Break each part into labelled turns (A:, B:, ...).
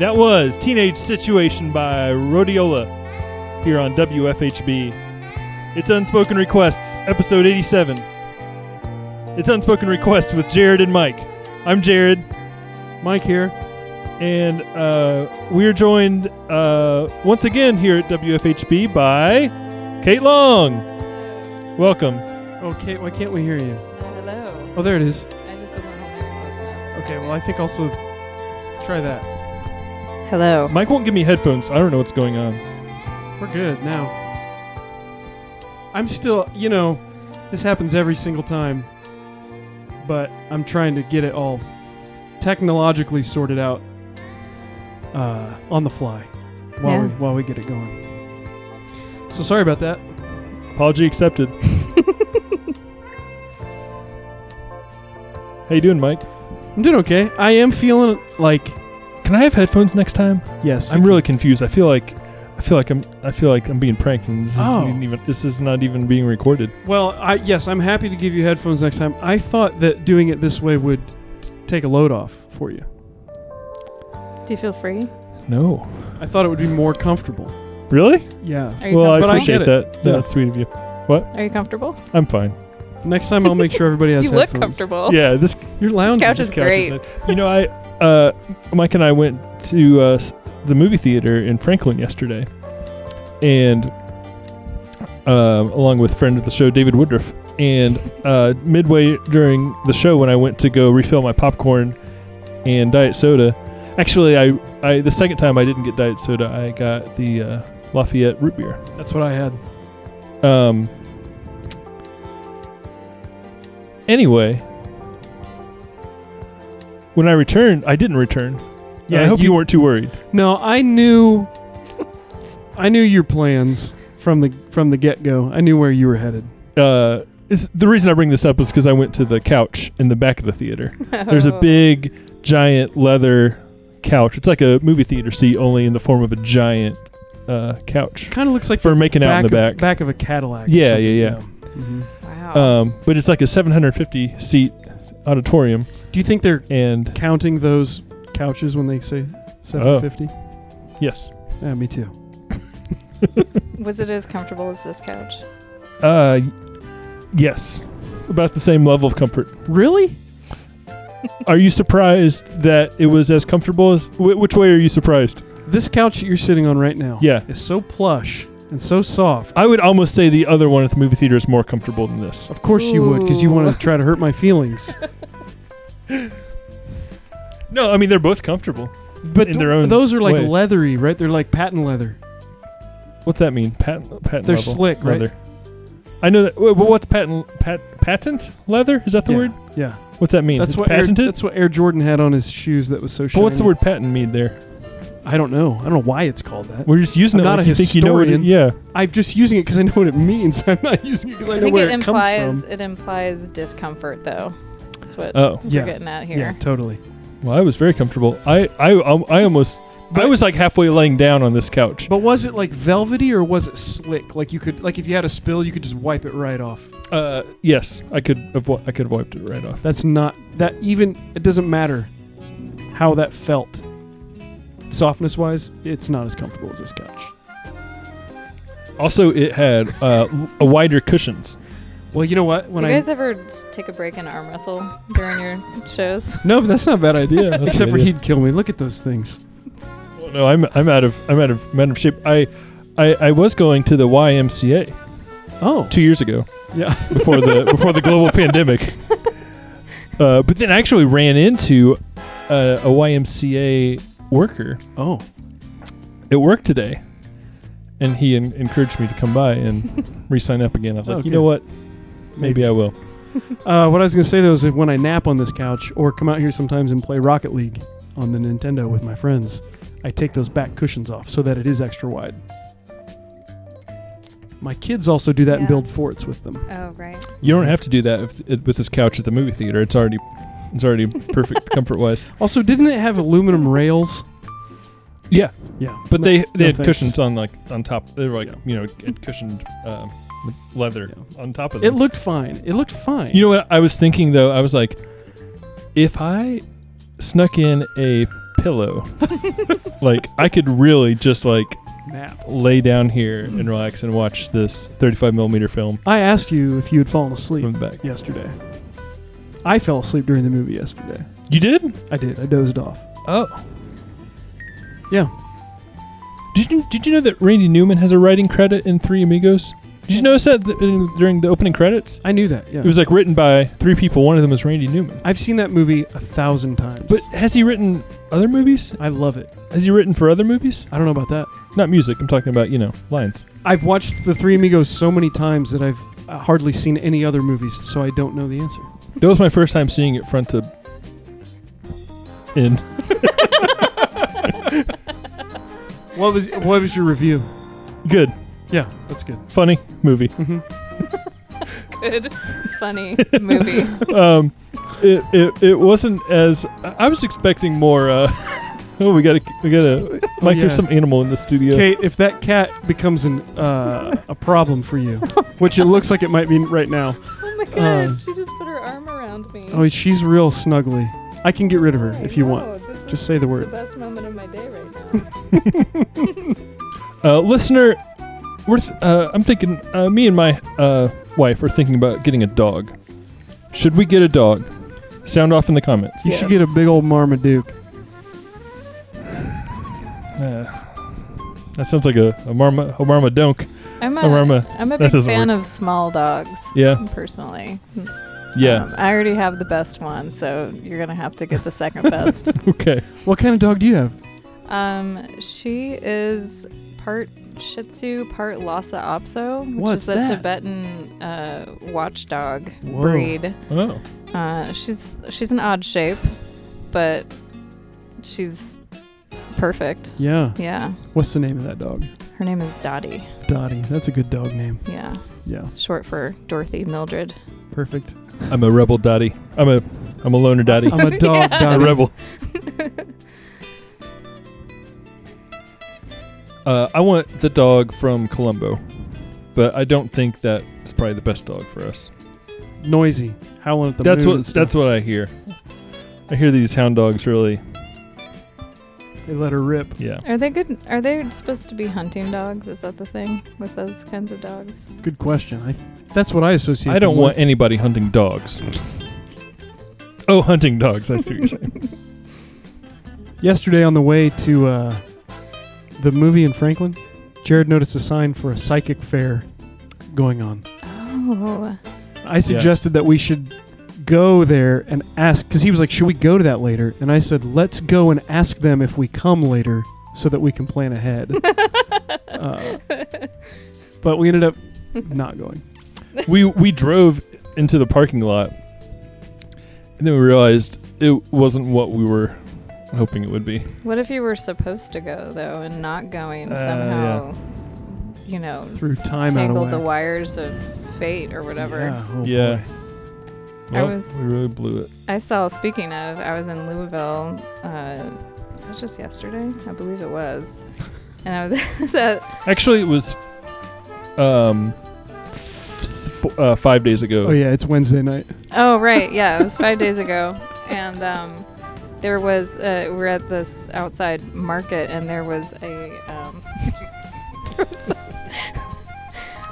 A: That was Teenage Situation by Rhodiola here on WFHB. It's Unspoken Requests, episode 87. It's Unspoken Requests with Jared and Mike. I'm Jared,
B: Mike here.
A: and uh, we're joined uh, once again here at WFHB by Kate Long. Welcome.
B: Okay, why can't we hear you?
C: Hello.
B: Oh, there it is.
C: I just wasn't holding it close enough.
B: Okay, well, I think also try that.
C: Hello.
A: Mike won't give me headphones, so I don't know what's going on.
B: We're good now. I'm still, you know, this happens every single time, but I'm trying to get it all technologically sorted out uh, on the fly while,
C: Yeah.
B: we, while we get it going. So sorry about that.
A: Apology accepted. How you doing, Mike?
B: I'm doing okay. I am feeling like
A: Can I have headphones next time?
B: yes.
A: I'm really confused. I feel like I feel like I'm I feel like I'm being pranked and this
B: Oh.
A: isn't even this is not even being recorded.
B: Well, I yes, I'm happy to give you headphones next time. I thought that doing it this way would t- take a load off for you.
C: Do you feel free?
A: No.
B: I thought it would be more comfortable.
A: Really?
B: Yeah.
C: Are you,
A: Well, I
B: But I
C: comfortable?
A: appreciate
B: get
A: that.
B: Yeah.
A: That's sweet of you.
C: Are you comfortable?
A: I'm fine.
B: Next time I'll make sure everybody has
C: You look
B: headphones.
C: comfortable.
A: Yeah, this
B: You're lounging.
C: couch is-
A: this couch
C: great.
A: nice. You know, I uh, Mike and I went to uh, s- the movie theater in Franklin yesterday, and um, along with friend of the show David Woodruff. And uh, midway during the show, when I went to go refill my popcorn and diet soda, actually, I, I the second time I didn't get diet soda, I got the uh, Lafayette root beer.
B: That's what I had.
A: Um. Anyway, when I returned, I didn't return. Yeah, I hope you, weren't too worried.
B: No, I knew. I knew your plans from the from the get go. I knew where you were headed.
A: Uh, it's, the reason I bring this up is because I went to the couch in the back of the theater. There's a
C: Oh.
A: big, giant leather couch. It's like a movie theater seat, only in the form of a giant uh, couch
B: Kind of looks like
A: for making
B: the
A: out in
B: back
A: the back.
B: Of, back of a Cadillac. or
A: Yeah,
B: something,
A: yeah, yeah.
B: Mhm.
C: Wow.
A: Um, but it's like a 750 seat auditorium,
B: Do you think they're
A: and
B: counting those couches when they say
A: Oh.
B: 750?
A: yes,
B: Yeah, me too.
C: Was it as comfortable as this couch?
A: Uh, y- yes, about the same level of comfort.
B: Really?
A: Are you surprised that it was as comfortable as? Wh- which way are you surprised?
B: This couch that you're sitting on right now
A: Yeah.
B: is so plush and so soft.
A: I would almost say the other one at the movie theater is more comfortable than this.
B: Of course you would, because you want to try to hurt my feelings.
A: No, I mean they're both comfortable.
B: But
A: In their own
B: those are like
A: way.
B: leathery, right? They're like patent leather.
A: What's that mean? Patent, patent
B: They're
A: level
B: slick, right?
A: leather. I know that. Wait, but what's patent? Pat, patent leather? Is that the
B: yeah.
A: word?
B: Yeah,
A: What's that mean?
B: that's
A: it's
B: what Air,
A: patented.
B: that's what Air Jordan had on his shoes. That was so.
A: but what's the
B: shiny.
A: word patent mean there?
B: I don't know. I don't know why it's called that.
A: We're just using
B: I'm
A: it
B: not
A: like
B: a
A: you think you know what it.
B: historian.
A: Yeah.
B: I'm just using it because I know what it means. I'm not using it because I,
C: I
B: know
C: think
B: where
C: it
B: it, comes
C: implies
B: from.
C: it implies discomfort, though. That's what
A: Oh
C: we're
B: Yeah,
C: getting at
B: yeah,
C: here.
B: totally.
A: well, I was very comfortable. I I um, I almost. I
B: But-
A: was like halfway laying down on this couch.
B: But was it like velvety or was it slick? Like you could, like if you had a spill, you could just wipe it right off.
A: Uh, yes, I could have. wi- I could have wiped it right off.
B: That's not that even it doesn't matter how that felt. Softness wise, it's not as comfortable as this couch.
A: Also, it had uh, l- a wider cushions.
B: Well, you know what? When
C: Do
B: I
C: you guys ever s- take a break and arm wrestle during your shows?
B: no, that's not a bad idea.
A: that's a
B: Except
A: good
B: for
A: idea.
B: he'd kill me. Look at those things.
A: Oh, no, I'm I'm out of I'm out of I'm out of shape. I, I I was going to the YMCA
B: Oh,
A: two years ago
B: yeah.
A: before the before the global pandemic. Uh, but then I actually ran into a, a YMCA worker
B: Oh,
A: at work today, and he en- encouraged me to come by and re-sign up again. I was like,
B: Oh,
A: you
B: good.
A: know what? Maybe I will.
B: uh, what I was gonna say though is that when I nap on this couch or come out here sometimes and play Rocket League on the Nintendo with my friends, I take those back cushions off so that it is extra wide. My kids also do that
C: Yeah.
B: and build forts with them.
C: Oh, right.
A: You don't have to do that if, it, with this couch at the movie theater. It's already, it's already perfect comfort wise.
B: Also, didn't it have aluminum rails?
A: Yeah,
B: Yeah,
A: but they they
B: no
A: had
B: thanks.
A: cushions on like on top. They were like
B: Yeah.
A: you know had cushioned um, leather on top of
B: It
A: them.
B: looked fine. It looked fine.
A: you know what I was thinking though? I was like, if I snuck in a pillow like I could really just like
B: Nap.
A: lay down here and relax and watch this 35 millimeter film
B: I asked you if you had fallen asleep
A: from the back.
B: yesterday. I fell asleep during the movie yesterday.
A: You did?
B: I did. I dozed off.
A: Oh.
B: Yeah.
A: Did you Did you know that Randy Newman has a writing credit in Three Amigos? Did you notice that th- in, during the opening credits?
B: I knew that. Yeah.
A: It was like written by three people. One of them is Randy Newman.
B: I've seen that movie a thousand times.
A: But has he written other movies?
B: I love it.
A: Has he written for other movies?
B: I don't know about that.
A: Not music. I'm talking about you know lines.
B: I've watched The Three Amigos so many times that I've uh, hardly seen any other movies, so I don't know the answer.
A: That was my first time seeing it front to end.
B: What was what was your review?
A: Good,
B: Yeah, that's good.
A: funny movie.
B: hmm
C: Good, funny movie.
A: um, it, it it wasn't as I I was expecting more. Uh, oh, we gotta we gotta like
B: yeah.
A: there's some animal in the studio.
B: Kate, if that cat becomes an uh, a problem for you, which it looks like it might be right now,
C: Oh my god,
B: Um,
C: she just put her arm around me.
B: oh, she's real snuggly. I can get rid of her
C: I
B: if you
C: know,
B: want.
C: this is
B: Just say the
C: the
B: word.
C: best moment of my day right now.
A: Uh, listener, we're th- uh, I'm thinking uh, me and my uh, wife are thinking about getting a dog. Should we get a dog? Sound off in the comments.
B: You should get a
C: Yes.
B: big old Marmaduke.
A: Uh, that sounds like a, a marma a marmadunk.
C: I'm a,
A: A marma.
C: I'm a
A: that
C: big
A: doesn't
C: fan of small dogs.
A: Yeah.
C: Personally.
A: Yeah.
C: Um, I already have the best one, so you're gonna have to get the second best.
A: okay.
B: What kind of dog do you have?
C: um, she is part Shih Tzu, part Lhasa Apso, which
B: What's
C: is a
B: that?
C: Tibetan uh, watchdog
B: Whoa.
C: breed.
A: Oh.
C: Uh, she's she's an odd shape, but she's perfect.
B: Yeah.
C: Yeah.
B: What's the name of that dog?
C: Her name is Dottie.
B: Dottie. That's a good dog name.
C: Yeah.
B: Yeah.
C: Short for Dorothy Mildred.
B: Perfect.
A: I'm a rebel daddy. I'm a I'm a loner daddy.
B: I'm a dog
C: Yeah.
A: a
B: Dottie.
A: rebel. uh, I want the dog from Colombo, but I don't think that it's probably the best dog for us.
B: Noisy. Howling at the
A: that's
B: moon.
A: what that's what I hear. I hear these hound dogs really.
B: what. They let her rip.
A: Yeah,
C: Are they good? Are they supposed to be hunting dogs? Is that the thing with those kinds of dogs?
B: Good question. I, that's what I associate.
A: I
B: them
A: don't
B: with.
A: want anybody hunting dogs. Oh, hunting dogs! I see what you're saying.
B: Yesterday on the way to uh, the movie in Franklin, Jared noticed a sign for a psychic fair going on.
C: Oh,
B: I suggested that we should go there and ask because he was like, "Should we go to that later?" And I said, "Let's go and ask them if we come later, so that we can plan ahead." uh, but we ended up not going.
A: we we drove into the parking lot, and then we realized it wasn't what we were hoping it would be.
C: what if you were supposed to go though and not going
A: Uh,
C: somehow? You know,
B: Through time out
C: tangled
B: of
C: the
B: whack.
C: wires of fate or whatever.
B: Yeah. oh
A: Yeah.
B: boy.
C: I
A: Yep,
C: was-
A: we really blew it.
C: I saw. Speaking of, I was in Louisville. Uh, was that just yesterday? I believe it was. And I was- I was at
A: Actually, it was um f- f- uh, five days ago.
B: Oh yeah, it's Wednesday night.
C: Oh right, yeah, it was five days ago, and um, there was uh, we were at this outside market, and there was a um,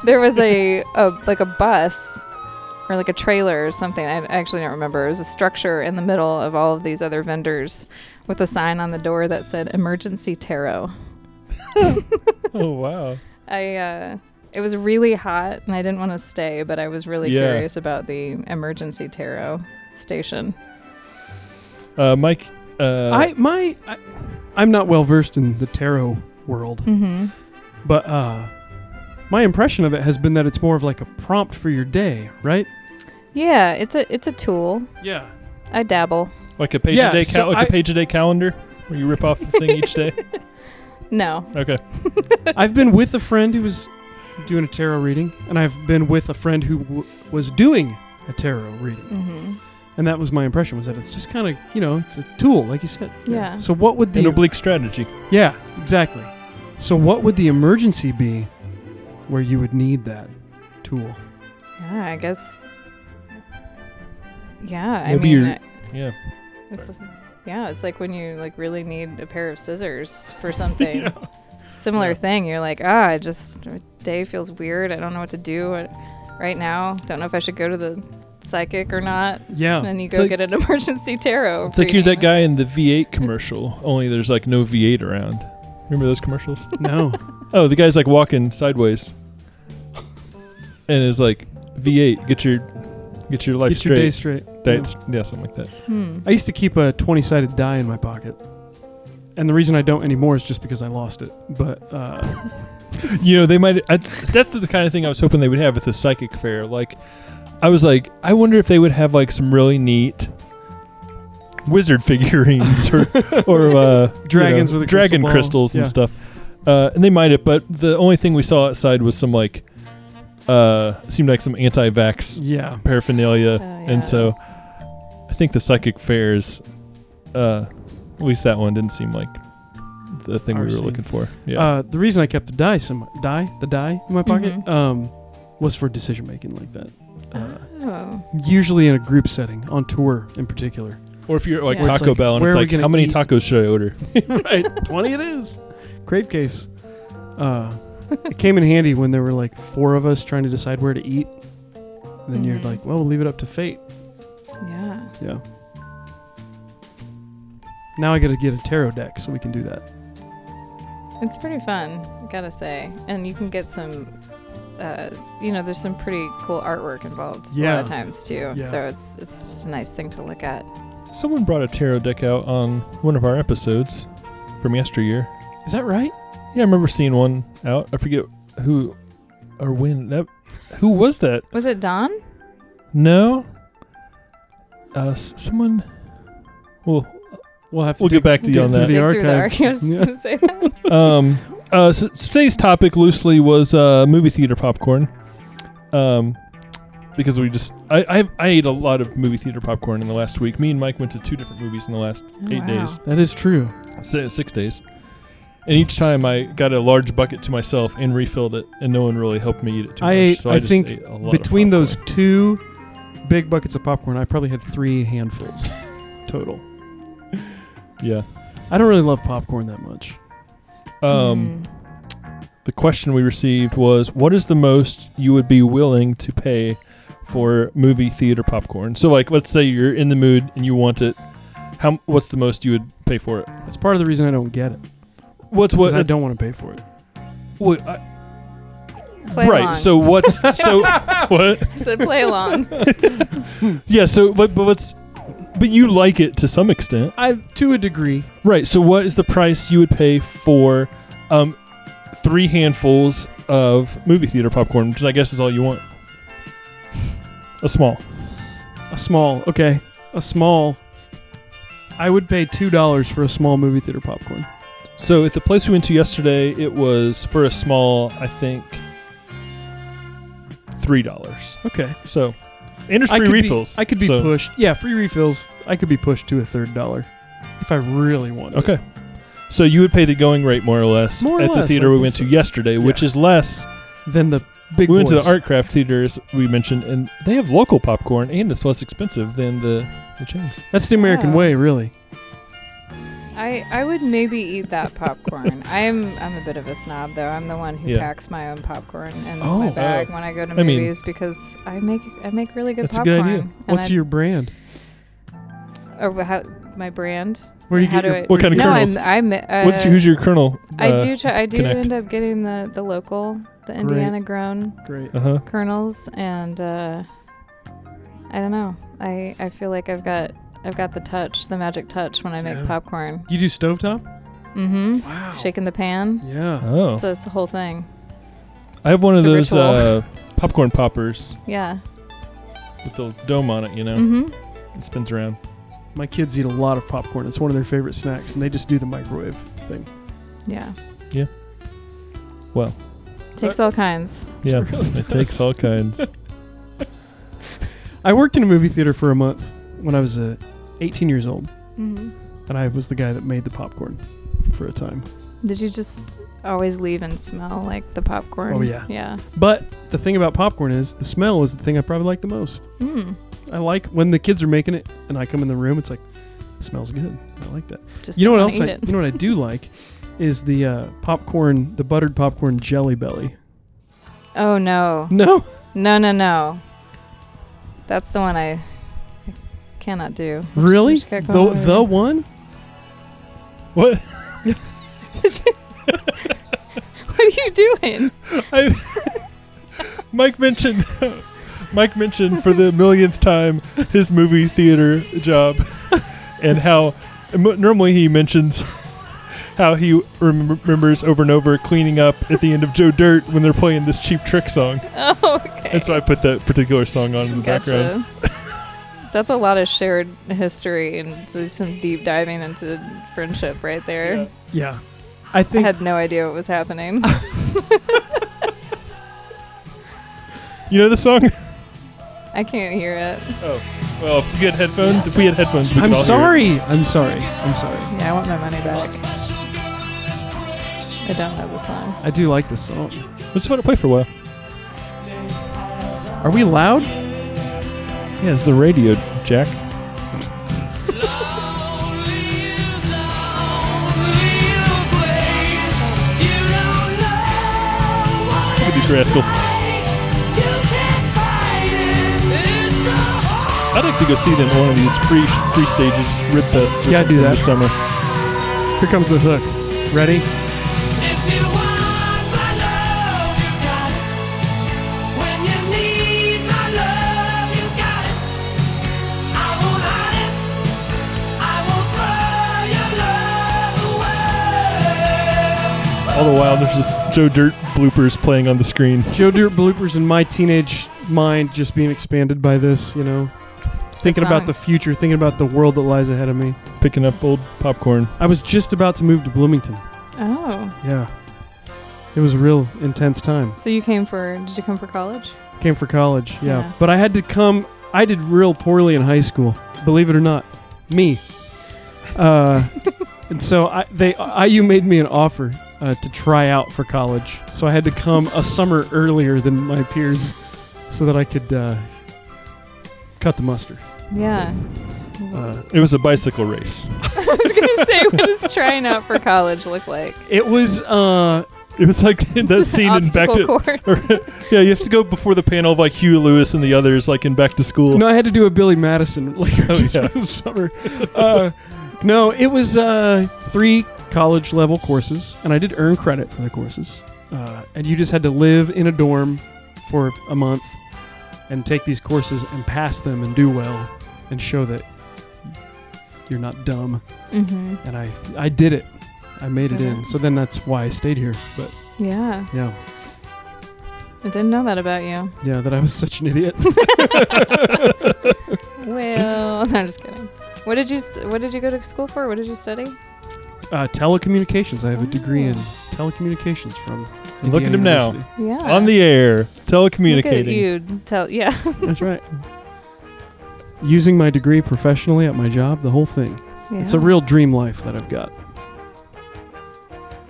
C: there was a, a like a bus or like a trailer or something. I actually don't remember. It was a structure in the middle of all of these other vendors with a sign on the door that said "Emergency Tarot."
A: Oh wow.
C: I uh, it was really hot, and I didn't want to stay, but I was really
A: Yeah.
C: curious about the Emergency Tarot station.
A: Uh, Mike. Uh,
B: I my I, I'm not well versed in the tarot world,
C: Mm-hmm.
B: but uh my impression of it has been that it's more of like a prompt for your day, right?
C: Yeah, it's a it's a tool.
B: Yeah.
C: I dabble.
A: like a page
B: Yeah,
A: a day,
B: so
A: cal- like
B: I-
A: a page a day calendar, where you rip off the thing each day.
C: No.
A: Okay.
B: I've been with a friend who was doing a tarot reading, and I've been with a friend who w- was doing a tarot reading,
C: Mm-hmm.
B: and that was my impression was that it's just kind of you know it's a tool, like you said.
C: Yeah.
B: So what would the
A: An oblique strategy.
B: yeah exactly? So what would the emergency be where you would need that tool?
C: Yeah, I guess. Yeah, I
A: Maybe
C: mean,
A: you're-
C: I-
A: Yeah.
C: it's Yeah, it's like when you like really need a pair of scissors for something. Similar thing. You're like, ah, I just my day feels weird. I don't know what to do I- right now. Don't know if I should go to the psychic or not. And
B: Yeah.
C: then you
A: Oh, It's
C: go
A: like-
C: get an emergency tarot.
A: It's like you're that
C: reading.
A: guy in the V8 commercial, only there's like no V8 around. Remember those commercials?
B: No.
A: Oh, the guy's like walking sideways, and is like V8, get your get your life
B: Get your
A: straight.
B: day straight.
A: Dates- yeah, something like that.
C: Hmm.
B: I used to keep a 20 sided die in my pocket. And the reason I don't anymore is just because I lost it. But uh,
A: you know they might that's, that's the kind of thing i was hoping they would have at the psychic fair like i was like i wonder if they would have like some really neat wizard figurines or or uh, you
B: Dragons with a crystal
A: dragon
B: ball.
A: crystals and
B: Yeah.
A: stuff uh, and they might have but the only thing we saw outside was some like uh seemed like some anti-vax
B: yeah.
A: paraphernalia
C: Oh, yeah.
A: and so i think the psychic fairs uh at least that one didn't seem like the thing
B: Our
A: we were
B: scene.
A: looking for yeah
B: Uh, the reason I kept the die, some die, the die in my pocket,
C: Mhm.
B: um, was for decision making like that. Uh,
C: Oh.
B: usually in a group setting, on tour in particular.
A: Or if you're like
C: Yeah. Where
A: Taco
B: it's like,
A: Bell and
B: where
A: it's
B: are we
A: like,
B: gonna
A: how many
B: eat?
A: tacos should I order?
B: right, twenty it is. Crave case. Uh, it came in handy when there were like four of us trying to decide where to eat. And then you're
C: Mhm.
B: like, well, we'll leave it up to fate.
C: Yeah.
B: Yeah. Now I got to get a tarot deck so we can do that.
C: It's pretty fun, gotta say. And you can get some, uh, you know, there's some pretty cool artwork involved a lot
B: Yeah.
C: of times too.
B: Yeah.
C: So it's it's just a nice thing to look at.
A: Someone brought a tarot deck out on one of our episodes from yesteryear.
B: Is that right?
A: Yeah, I remember seeing one out. I forget who or when that. Who was that?
C: Was it Don?
A: No. Uh, s- someone. Well,
B: We'll have to
A: we'll
B: dig-
A: get back to
B: dig
A: you on
B: through
A: that.
B: the
C: Dig through the
B: archive.
C: archive. I was just
B: Yeah.
C: gonna say that.
A: Um, uh, so today's topic loosely was uh, movie theater popcorn. Um, because we just I, I I ate a lot of movie theater popcorn in the last week. Me and Mike went to two different movies in the last
C: Oh,
A: eight
C: wow.
A: days.
B: That is true.
A: si- six days. And each time I got a large bucket to myself and refilled it, and no one really helped me eat it too
B: I
A: much.
B: ate-
A: so
B: I
A: just
B: think
A: ate a lot of
B: Between those
A: popcorn.
B: two big buckets of popcorn, I probably had three handfuls total.
A: yeah.
B: I don't really love popcorn that much. Mm.
A: Um, The question we received was, "What is the most you would be willing to pay for movie theater popcorn?" So, like, let's say you're in the mood and you want it. How? What's the most you would pay for it?
B: That's part of the reason I don't get it.
A: What's
B: Because
A: what? uh,
B: I don't want to pay for it.
A: what I-
C: Play
A: right.
C: along.
A: So what's so what?
C: I said play along.
A: Yeah. So but but let's. But you like it to some extent.
B: I to a degree.
A: Right. So, what is the price you would pay for um, three handfuls of movie theater popcorn, which I guess is all you want? A small.
B: A small, okay. A small I would pay two dollars for a small movie theater popcorn.
A: So, at the place we went to yesterday, it was for a small, I think, three dollars.
B: Okay.
A: So, and there's
B: I
A: free
B: could be-
A: refills.
B: I could be
A: so-
B: pushed. Yeah, free refills. I could be pushed to a third dollar. If I really wanted.
A: Okay. So you would pay the going rate more or less
B: More or
A: at the
B: less, I
A: theater we
B: think
A: went
B: so.
A: to yesterday, which is less.
B: It. Then the big
A: we went to the
B: boys.
A: Art Craft theaters we mentioned, and they have local popcorn, and it's less expensive than the the chains.
B: That's the American
C: Yeah.
B: way, really.
C: I, I would maybe eat that popcorn. I'm I'm a bit of a snob though. I'm the one who
A: Yeah.
C: packs my own popcorn in
B: Oh,
C: my bag
A: oh.
C: when I go to
A: I mean-
C: movies because I make I make really good
A: That's a
C: popcorn.
A: good idea.
C: And
B: What's
C: I-
B: your brand?
C: or how, my brand?
B: Where do you
C: How
B: get
C: do
B: your
C: I-
A: What kind of
C: no,
A: kernels?
C: I'm, I'm uh,
A: What's who's your colonel? Uh,
C: I do. Try, I do
A: connect?
C: end up getting the the local, the Indiana grown
B: great.
A: Uh huh.
C: kernels, and uh, I don't know. I I feel like I've got I've got the touch, the magic touch when I make
B: Yeah.
C: popcorn.
B: You do stovetop?
C: Mm-hmm.
B: Wow.
C: Shaking the pan.
B: Yeah.
A: Oh,
C: So it's a whole thing.
A: I have one of
C: it's a
A: those
C: ritual.
A: uh, popcorn poppers
C: Yeah.
A: with the dome on it. You know,
C: Mm-hmm.
A: it spins around.
B: My kids eat a lot of popcorn. It's one of their favorite snacks, and they just do the microwave thing.
C: Yeah.
A: Yeah. Well.
C: Takes all kinds.
A: Yeah,
B: It really
A: it takes
B: does.
A: all kinds.
B: I worked in a movie theater for a month when I was uh, 18 years old,
C: Mm-hmm.
B: and I was the guy that made the popcorn for a time.
C: Did you just always leave and smell like the popcorn?
B: Oh, yeah.
C: Yeah.
B: But the thing about popcorn is the smell is the thing I probably like the most.
C: Mm.
B: I like when the kids are making it and I come in the room, it's like, Smells good. I like that.
C: Just
B: you know what
C: don't
B: else?
C: wanna
B: I,
C: eat it.
B: you know what I do like is the uh, popcorn, the buttered popcorn Jelly Belly.
C: Oh no,
B: No,
C: no, no, no. That's the one I, I cannot do.
B: really,
C: just
B: the
C: got gone over.
B: the one.
A: What?
C: What are you doing?
A: I, Mike mentioned Mike mentioned for the millionth time his movie theater job and how m- normally he mentions how he rem- remembers over and over cleaning up at the end of Joe Dirt when they're playing this cheap trick song.
C: Oh, okay.
A: And so I put that particular song on in the background.
C: That's a lot of shared history and so some deep diving into friendship right there.
A: Yeah.
B: Yeah, I
C: I
B: think
C: had no idea what was happening.
A: You know the song?
C: I can't hear it.
A: Well, if we had headphones, if we had headphones, we could
B: I'm
A: all hear it.
B: sorry. I'm sorry. I'm sorry.
C: Yeah, I want my money back. I don't know the song.
B: I do like this song.
A: Let's let it play for a while.
B: Are we loud?
A: Yeah, it's the radio, Jack. Look at these rascals. I'd like to go see them at one of these free free stages rib fests. Or
B: Yeah,
A: something
B: do that.
A: this summer.
B: Here comes the hook. Ready?
A: All the while, there's just Joe Dirt bloopers playing on the screen.
B: Joe Dirt bloopers in my teenage mind just being expanded by this. You know, thinking about
C: song.
B: the future, thinking about the world that lies ahead of me.
A: picking up old popcorn.
B: I was just about to move to Bloomington.
C: Oh,
B: Yeah. It was a real intense time.
C: so you came for? Did you come for college?
B: Came for college, yeah.
C: Yeah.
B: But I had to come, I did real poorly in high school, believe it or not. Me. Uh, and so I, they IU made me an offer uh, to try out for college. So I had to come a summer earlier than my peers so that I could uh, cut the mustard.
C: Yeah.
B: Uh,
A: It was a bicycle race.
C: I was gonna say, what does trying out for college look like?
B: it was, uh,
A: It was like that
C: It's an
A: scene in Back
C: obstacle
A: to
C: course.
A: Yeah, you have to go before the panel of like Hugh Lewis and the others, like in Back to School.
B: No, I had to do a Billy Madison later
A: Oh,
B: just
A: yeah.
B: for the summer. Uh, no, it was uh, three college level courses, and I did earn credit for the courses. Uh, and you just had to live in a dorm for a month and take these courses and pass them and do well and show that you're not dumb.
C: hmm
B: And I, I did it. I made it in.
C: Mhm.
B: So then that's why I stayed here. But
C: Yeah,
B: yeah,
C: I didn't know that about you.
B: yeah, that I was such an idiot.
C: Well, no, I'm just kidding. What did you st- What did you go to school for? What did you study?
B: Uh, telecommunications. I have a degree in
C: Oh.
B: telecommunications from.
A: And look
B: Indiana
A: at him now.
B: University.
C: Yeah,
A: On the air,
C: Look at
A: telecommunicating.
C: you tell. Yeah,
B: That's right. Using my degree professionally at my job, the whole thing. It's a
C: Yeah.
B: real dream life that I've got.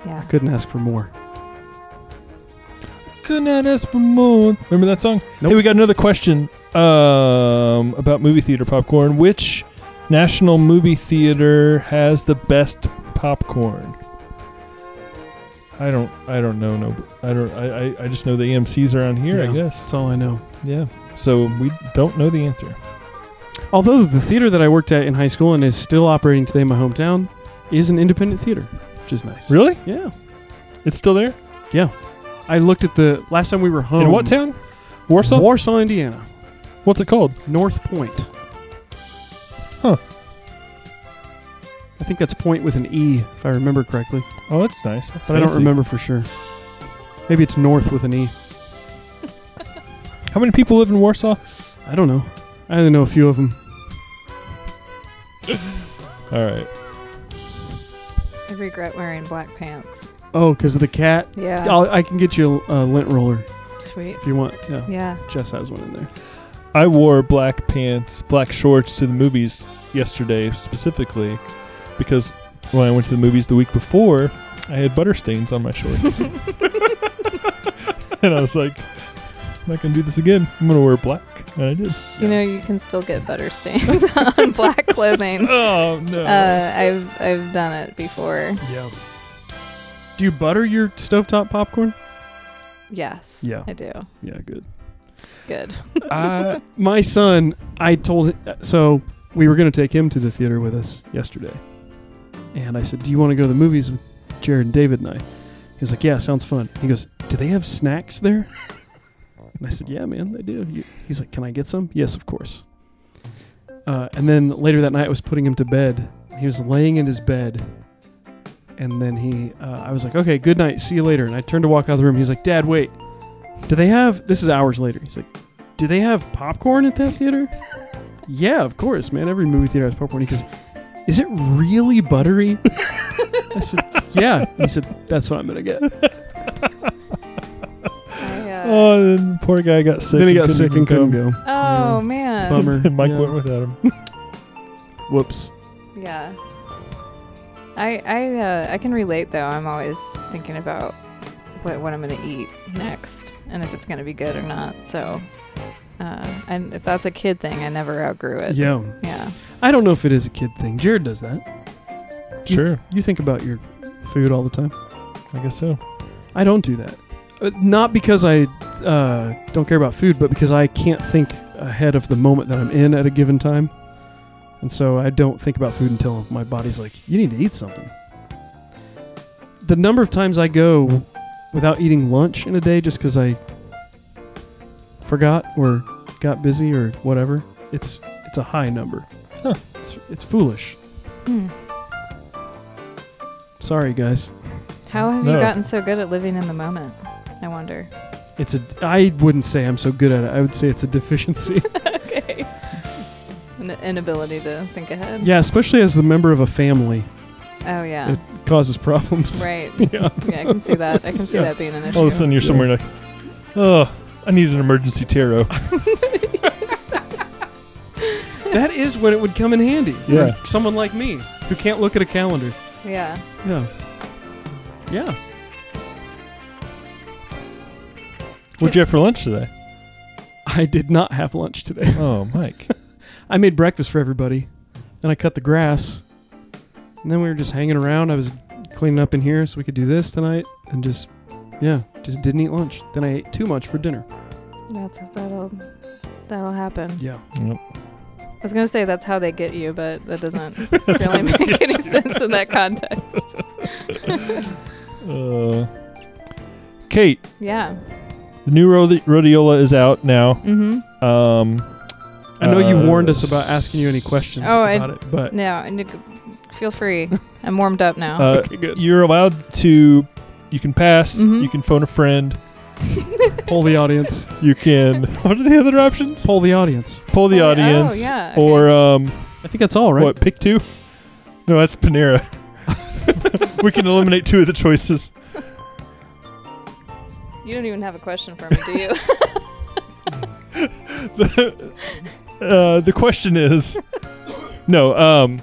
C: Yeah.
B: Couldn't ask for more.
A: Could not ask for more. Remember that song?
B: Nope.
A: Hey, we got another question um, about movie theater popcorn. Which national movie theater has the best popcorn? I don't. I don't know. No. I don't. I. I, I just know the AMC's around here.
B: Yeah.
A: I guess.
B: That's all I know.
A: Yeah. So we don't know the answer.
B: Although the theater that I worked at in high school and is still operating today in my hometown is an independent theater, which is nice.
A: Really?
B: Yeah.
A: It's still there?
B: I looked at the last time we were home.
A: In what town? Warsaw?
B: Warsaw, Indiana.
A: What's it called?
B: North Point.
A: Huh.
B: I think that's point with an E, if I remember correctly.
A: Oh, that's nice. That's
B: But I don't
A: fancy.
B: remember for sure. Maybe it's north with an E.
A: How many people live in Warsaw?
B: I don't know. I only know a few of them.
A: All right.
C: I regret wearing black pants.
B: Oh, because of the cat.
C: Yeah.
B: I'll, I can get you a, a lint roller
C: Sweet.
B: if you want. Yeah.
C: Yeah.
B: Jess has one in there.
A: I wore black pants, black shorts to the movies yesterday specifically because when I went to the movies the week before, I had butter stains on my shorts. and I was like, I'm not going to do this again. I'm going to wear black. And I did.
C: You know, you can still get butter stains on black clothing.
A: Oh no.
C: Uh, I've I've done it before.
B: Yeah. Do you butter your stovetop popcorn?
C: Yes.
B: Yeah.
C: I do.
B: Yeah, good.
C: Good.
B: I, my son, I told him, so we were going to take him to the theater with us yesterday. And I said, Do you want to go to the movies with Jared and David and I? He was like, Yeah, sounds fun. He goes, Do they have snacks there? And I said, Yeah, man, they do. You- He's like, Can I get some? Yes, of course. Uh, and then later that night, I was putting him to bed. He was laying in his bed. And then he, uh, I was like, Okay, good night. See you later. And I turned to walk out of the room. He's like, Dad, wait. Do they have, this is hours later. He's like, do they have popcorn at that theater? yeah, of course, man. Every movie theater has popcorn. He goes, Is it really buttery? I said, Yeah. He said, That's what I'm going to get.
C: I, uh, oh,
A: oh, and poor guy got sick.
B: then he
A: and
B: got
A: couldn't
B: sick
A: even
B: and couldn't
A: come.
B: go. Yeah.
C: man.
B: Mm. Bummer.
A: And Mike
B: Yeah.
A: went without him.
B: Whoops.
C: Yeah. I I uh, I can relate though. I'm always thinking about what what I'm gonna eat next and if it's gonna be good or not. So, uh, and if that's a kid thing, I never outgrew it.
B: Yeah.
C: Yeah.
B: I don't know if it is a kid thing. Jared does that.
A: Sure,
B: You think about your food all the time.
A: I guess so.
B: I don't do that. Uh, Not because I uh, don't care about food, but because I can't think ahead of the moment that I'm in at a given time. And so I don't think about food until my body's like, you need to eat something. The number of times I go without eating lunch in a day just because I forgot or got busy or whatever, it's it's a high number.
A: Huh.
B: It's, it's foolish.
C: Hmm.
B: Sorry, guys.
C: How have
A: No.
C: you gotten so good at living in the moment? I wonder.
B: It's a. I wouldn't say I'm so good at it. I would say it's a deficiency.
C: okay. An inability to think ahead.
B: Yeah, especially as the member of a family
C: Oh yeah.
B: It- causes problems.
C: right.
B: Yeah.
C: Yeah, I can see that. I can see
B: Yeah.
C: that being an issue.
A: All of a sudden, you're
B: Yeah.
A: somewhere like, oh, I need an emergency taro.
B: that is when it would come in handy. for
A: Yeah.
B: someone like me who can't look at a calendar.
C: Yeah.
B: Yeah. Yeah.
A: What'd you have for lunch today?
B: I did not have lunch today.
A: Oh, Mike.
B: I made breakfast for everybody, and I cut the grass, and then we were just hanging around. I was cleaning up in here so we could do this tonight, and just yeah, just didn't eat lunch. Then I ate too much for dinner.
C: That's that'll that'll happen.
B: Yeah.
A: Yep.
C: I was gonna say that's how they get you, but that doesn't really make any sense in that context.
A: Uh, Kate,
C: Yeah.
A: the new rhode- rhodiola is out now.
C: Mm-hmm.
A: Um,
B: I know
A: Uh,
B: you warned us about asking you any questions
C: Oh, I-
B: about it, but
C: No, and you c- feel free. I'm warmed up now.
A: uh,
B: okay, good.
A: you're allowed to. You can pass.
C: Mhm.
A: You can phone a friend.
B: Poll the audience.
A: You can. what are the other options?
B: Poll the audience.
A: Pull the
C: Oh,
A: audience,
C: yeah, okay.
A: or um,
B: I think that's all, right?
A: what? Pick two. No, that's Panera. we can eliminate two of the choices.
C: you don't even have a question for me, do you?
A: the, uh, the question is no um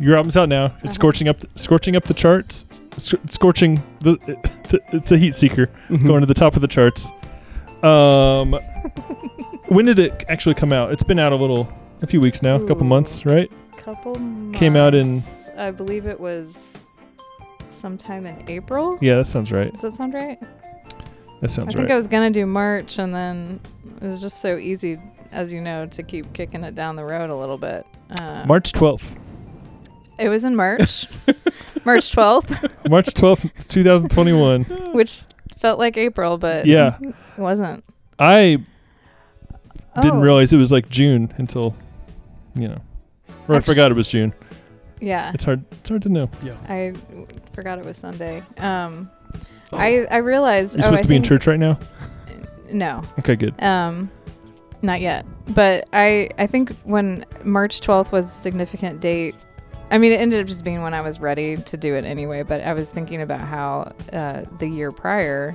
A: your album's out now it's
C: Uh-huh.
A: scorching up scorching up the charts sc- scorching the, the it's a heat seeker
B: Mhm.
A: going to the top of the charts um when did it actually come out it's been out a little a few weeks now a couple
C: Ooh.
A: months right
C: Couple months.
A: Came out in-
C: I believe it was sometime in April.
A: yeah that sounds right
C: Does that sound right?
A: that sounds
C: I think
A: right
C: I was gonna do March, and then it was just so easy, as you know, to keep kicking it down the road a little bit. Uh,
A: march 12th
C: It was in March, March twelfth,
A: march 12th 2021
C: which felt like April, but
A: yeah
C: it wasn't.
A: i
C: Oh,
A: didn't realize it was like june until you know or i
C: Actu-
A: forgot it was june
C: Yeah,
A: it's hard it's hard to know
B: Yeah.
C: I forgot it was Sunday. Um,
B: Oh.
C: I I realized
A: You're
C: oh,
A: supposed
C: I
A: to be in
C: think-
A: church right now?
C: No,
A: Okay, good.
C: Um, not yet, but I I think when March 12th was a significant date. I mean, it ended up just being when I was ready to do it anyway. But I was thinking about how uh, the year prior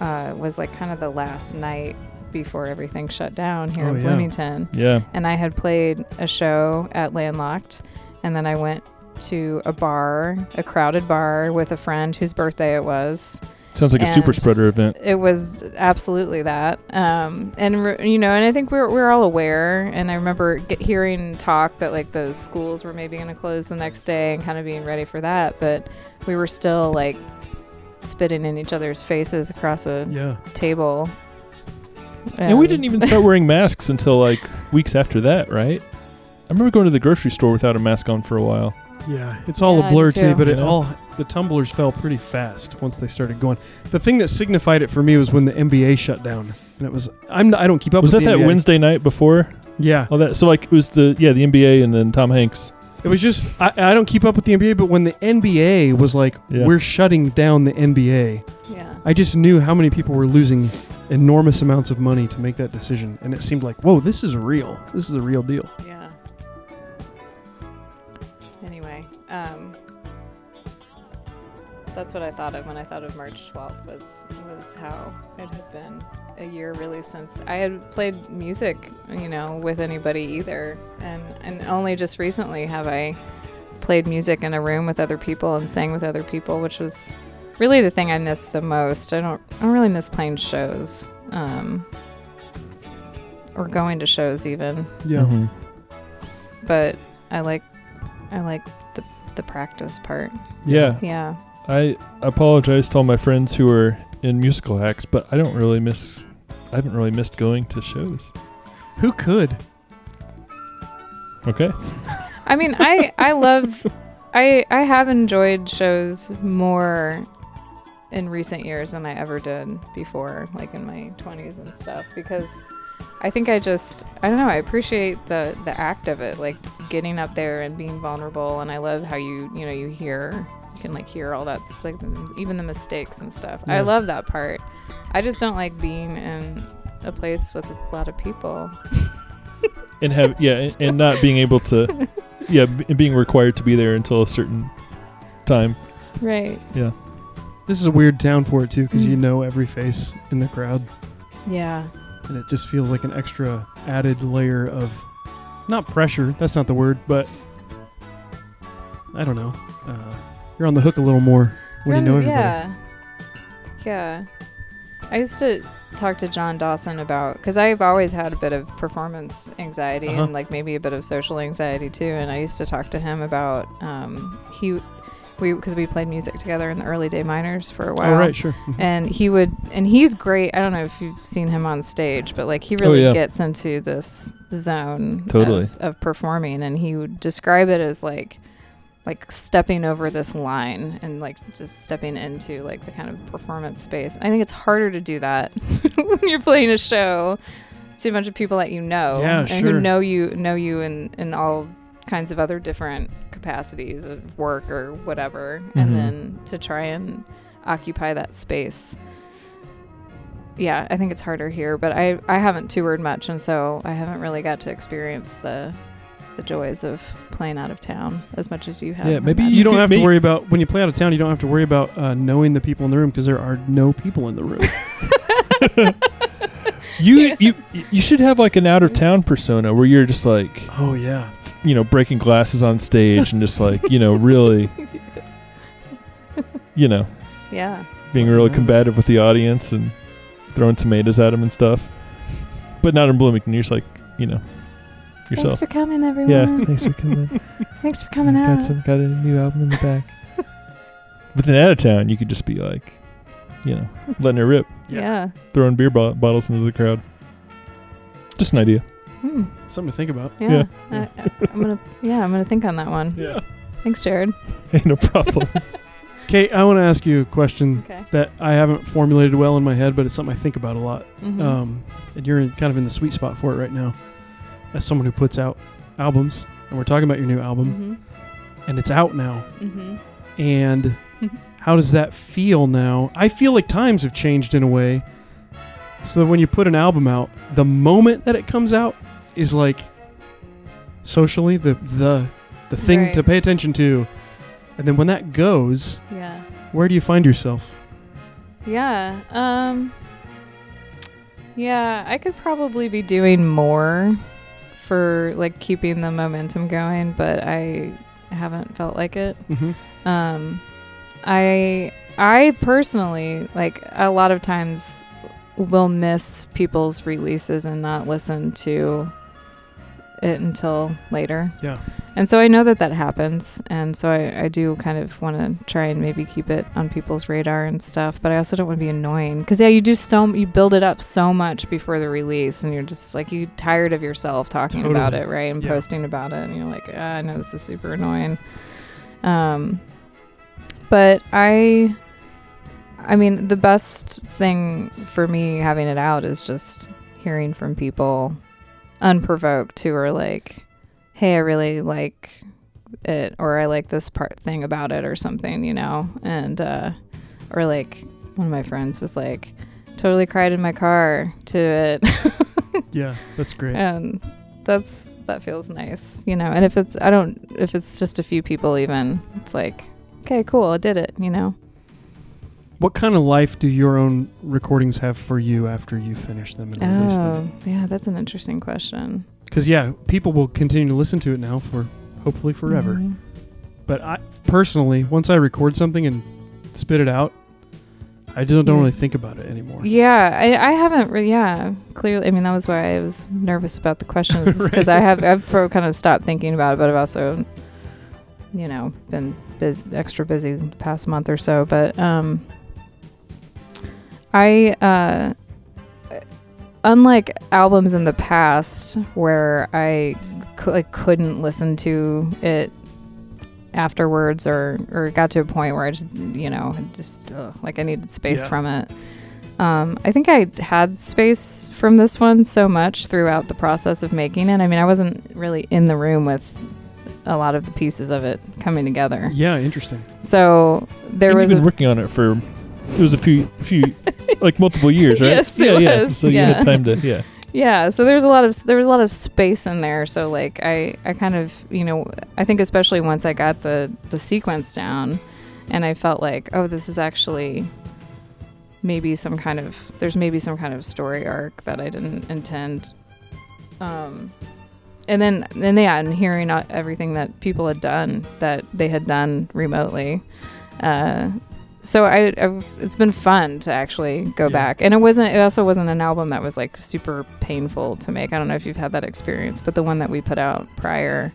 C: uh, was like kind of the last night before everything shut down here
B: Oh,
C: in
B: yeah.
C: Bloomington
A: Yeah.
C: and I had played a show at Landlocked, and then I went to a bar, a crowded bar, with a friend whose birthday it was,
A: Sounds like a super
C: And-
A: spreader event.
C: it was absolutely that um, and re- you know and i think we were, we were all aware and i remember get, hearing talk that like the schools were maybe going to close the next day and kind of being ready for that but we were still like spitting in each other's faces across a
B: Yeah.
C: table
A: and we
C: Um,
A: didn't even start wearing masks until like weeks after that, right? I remember going to the grocery store without a mask on for a while.
B: Yeah, it's all
C: Yeah, I
B: a
C: do
B: blur to me,
C: too.
B: but it
A: Yeah.
B: all the tumblers fell pretty fast once they started going. The thing that signified it for me was when the NBA shut down, and it was I'm not, I don't keep up.
A: was that
B: with
A: that
B: the NBA.
A: Wednesday night before
B: Yeah,
A: all that? So like it was the yeah the NBA and then Tom Hanks.
B: it was just I, I don't keep up with the NBA, but when the NBA was like,
A: Yeah.
B: we're shutting down the NBA,
C: yeah
B: I just knew how many people were losing enormous amounts of money to make that decision, and it seemed like, whoa, this is real. This is a real deal.
C: yeah anyway um, that's what i thought of when i thought of march 12th was was how it had been a year really since i had played music you know with anybody either and and only just recently have i played music in a room with other people and sang with other people which was really the thing i missed the most i don't i don't really miss playing shows um, or going to shows even
B: Yeah,
C: Mm-hmm.
A: Mhm.
C: but I like I like the the practice part.
A: yeah.
C: Yeah.
A: I apologize to all my friends who are in musical hacks, but I don't really miss. I haven't really missed going to shows.
B: who could?
A: Okay,
C: I mean, I I love I I have enjoyed shows more in recent years than I ever did before, like in my 20s and stuff because I think I just I don't know, I appreciate the the act of it, like getting up there and being vulnerable and I love how you, you know, you hear you can like hear all that s- like even the mistakes and stuff. I
B: Yeah.
C: love that part. I just don't like being in a place with a lot of people.
A: and have yeah, and, and not being able to, yeah, b- and being required to be there until a certain time.
C: Right.
B: This is a weird town for it too, because
C: Mm.
B: you know every face in the crowd.
C: Yeah.
B: and it just feels like an extra added layer of not pressure that's not the word but i don't know uh, you're on the hook a little more
C: Run-
B: when you know everybody
C: yeah yeah i used to talk to john dawson about because i've always had a bit of performance anxiety
B: Uh-huh.
C: and like maybe a bit of social anxiety too and i used to talk to him about um he we because we played music together in the early day minors for a while
B: oh right sure Mhm.
C: and he would and he's great i don't know if you've seen him on stage but like he really
A: Oh, yeah.
C: gets into this zone
A: Totally.
C: of, of performing and he would describe it as like like stepping over this line and like just stepping into like the kind of performance space i think it's harder to do that when you're playing a show to a bunch of people that you know
B: Yeah,
C: and
B: sure.
C: who know you know you in in all kinds of other different capacities of work or whatever
A: Mhm.
C: and then to try and occupy that space yeah i think it's harder here but i i haven't toured much and so i haven't really got to experience the the joys of playing out of town as much as you have
A: Yeah,
C: I
A: maybe
C: imagine.
B: you don't
A: could
B: have to
A: make-
B: worry about when you play out of town you don't have to worry about uh, knowing the people in the room because there are no people in the room
A: You you you should have like an out of town persona where you're just like
B: oh yeah
A: you know breaking glasses on stage and just like you know really you know
C: yeah
A: being really combative with the audience and throwing tomatoes at them and stuff. But not in Bloomington. You're just like you know
C: thanks
A: yourself.
C: for coming everyone
A: yeah, thanks for coming. in.
C: thanks for coming
A: got
C: out
A: some got a new album in the back. but then out of town, you could just be like, you know, letting it rip,
B: Yeah.
C: yeah,
A: throwing beer bo- bottles into the crowd. Just an idea.
C: Hmm.
B: something to think about
C: Yeah.
A: Yeah.
C: I, I, I'm gonna yeah, I'm gonna think on that one.
A: Yeah,
C: Thanks, Jared.
A: ain't no problem.
B: kate i want to ask you a question
C: Okay.
B: that i haven't formulated well in my head but it's something i think about a lot
C: Mm-hmm.
B: um, and you're in, kind of in the sweet spot for it right now as someone who puts out albums and we're talking about your new album
C: Mm-hmm.
B: and it's out now and how does that feel now i feel like times have changed in a way so that when you put an album out the moment that it comes out is like socially the the the thing
C: Right.
B: to pay attention to and then when that goes
C: Yeah.
B: where do you find yourself
C: Yeah. Um. Yeah, I could probably be doing more for like keeping the momentum going, but I haven't felt like it.
B: mm-hmm.
C: Um, I I personally, like, a lot of times will miss people's releases and not listen to it until later.
B: Yeah.
C: And so I know that that happens. And so I, I do kind of want to try and maybe keep it on people's radar and stuff. But I also don't want to be annoying. Because, yeah, you do so, you build it up so much before the release. And you're just like, you tired of yourself talking about
B: Totally.
C: it, right? And
B: Yeah.
C: posting about it. And you're like, ah, I know this is super annoying. Um, but I, I mean, the best thing for me having it out is just hearing from people unprovoked who are like, hey, I really like it, or I like this part thing about it, or something, you know? And, uh, or like one of my friends was like, totally cried in my car to it.
B: Yeah, that's great.
C: and that's, that feels nice, you know? And if it's, I don't, if it's just a few people, even, it's like, okay, cool, I did it, you know?
B: What kind of life do your own recordings have for you after you finish them and release them?
C: Oh, yeah, that's an interesting question.
B: Because yeah, people will continue to listen to it now for hopefully forever.
C: Mhm.
B: But I personally, once I record something and spit it out, I just don't
C: Yeah.
B: really think about it anymore.
C: Mm-hmm. Yeah, I, I haven't. Re- yeah, clearly. I mean, that was why I was nervous about the questions because I have I've pro- kind of stopped thinking about it, but I've also, you know, been bus extra busy the past month or so. But um, I uh, unlike albums in the past where I cou- like couldn't listen to it afterwards or or got to a point where I just you know just ugh, like I needed space
B: Yeah.
C: from it. Um, I think I had space from this one so much throughout the process of making it. I mean, I wasn't really in the room with a lot of the pieces of it coming together.
B: Yeah, interesting.
C: So there
A: and
C: was
A: you've been
C: a,
A: working on it for it was a few few like multiple years, right?
C: Yes,
A: yeah,
C: it
A: yeah.
C: was,
A: So you
C: yeah.
A: had time to yeah.
C: yeah so there's a lot of there was a lot of space in there so like i i kind of you know i think especially once i got the the sequence down and i felt like oh this is actually maybe some kind of there's maybe some kind of story arc that i didn't intend um and then and yeah and hearing out everything that people had done that they had done remotely uh so I, i it's been fun to actually go
B: Yeah.
C: back and it wasn't it also wasn't an album that was like super painful to make i don't know if you've had that experience but the one that we put out prior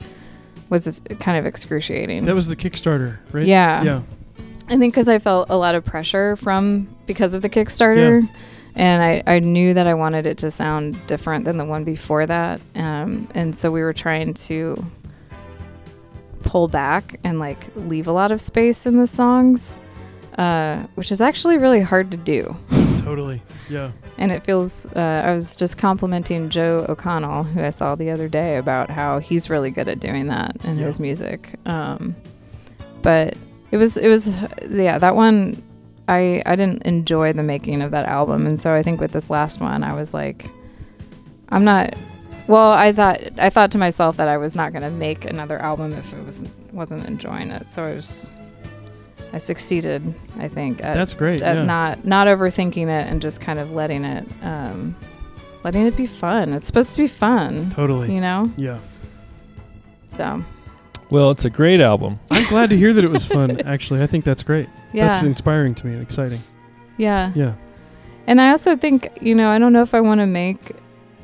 C: was just kind of excruciating
B: That was the Kickstarter, right?
C: yeah
B: Yeah.
C: I think because I felt a lot of pressure from because of the Kickstarter, and I, I knew that I wanted it to sound different than the one before that, um, and so we were trying to pull back and like leave a lot of space in the songs, uh, which is actually really hard to do.
B: Totally. Yeah.
C: And it feels, uh, I was just complimenting Joe O'Connell, who I saw the other day, about how he's really good at doing that in
B: Yeah.
C: his music. Um, but it was, it was, yeah, that one, I, I didn't enjoy the making of that album. And so I think with this last one, I was like, I'm not, well, I thought, I thought to myself that I was not going to make another album if it was, wasn't enjoying it. So I was, I succeeded, I think, at
B: That's great.
C: at
B: Yeah.
C: Uh, not not overthinking it and just kind of letting it um, letting it be fun. It's supposed to be fun,
B: Totally.
C: you know.
B: Yeah.
C: So
A: Well, it's a great album.
B: I'm glad to hear that it was fun, actually. I think that's great.
C: yeah,
B: That's inspiring to me and exciting.
C: yeah,
B: Yeah.
C: And I also think you know I don't know if I want to make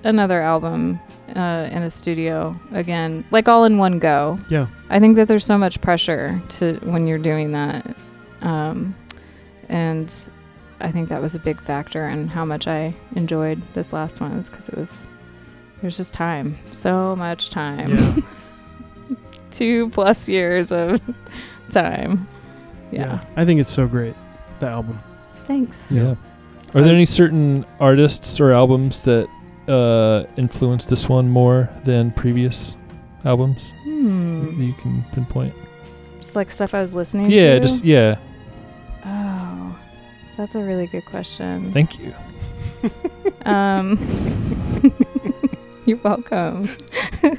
C: another album uh, in a studio again, like all in one go.
B: Yeah.
C: I think that there's so much pressure to when you're doing that, um, and I think that was a big factor in how much I enjoyed this last one, is because it was there's just time, so much time,
B: Yeah.
C: two plus years of time. Yeah.
B: I think it's so great, the album.
C: Thanks.
A: Yeah. Are there any certain artists or albums that uh, influenced this one more than previous albums that
C: Hmm.
A: you can pinpoint?
C: Just like stuff I was listening to.
A: Yeah, just yeah.
C: Oh, that's a really good question.
A: Thank you.
C: Um, you're welcome.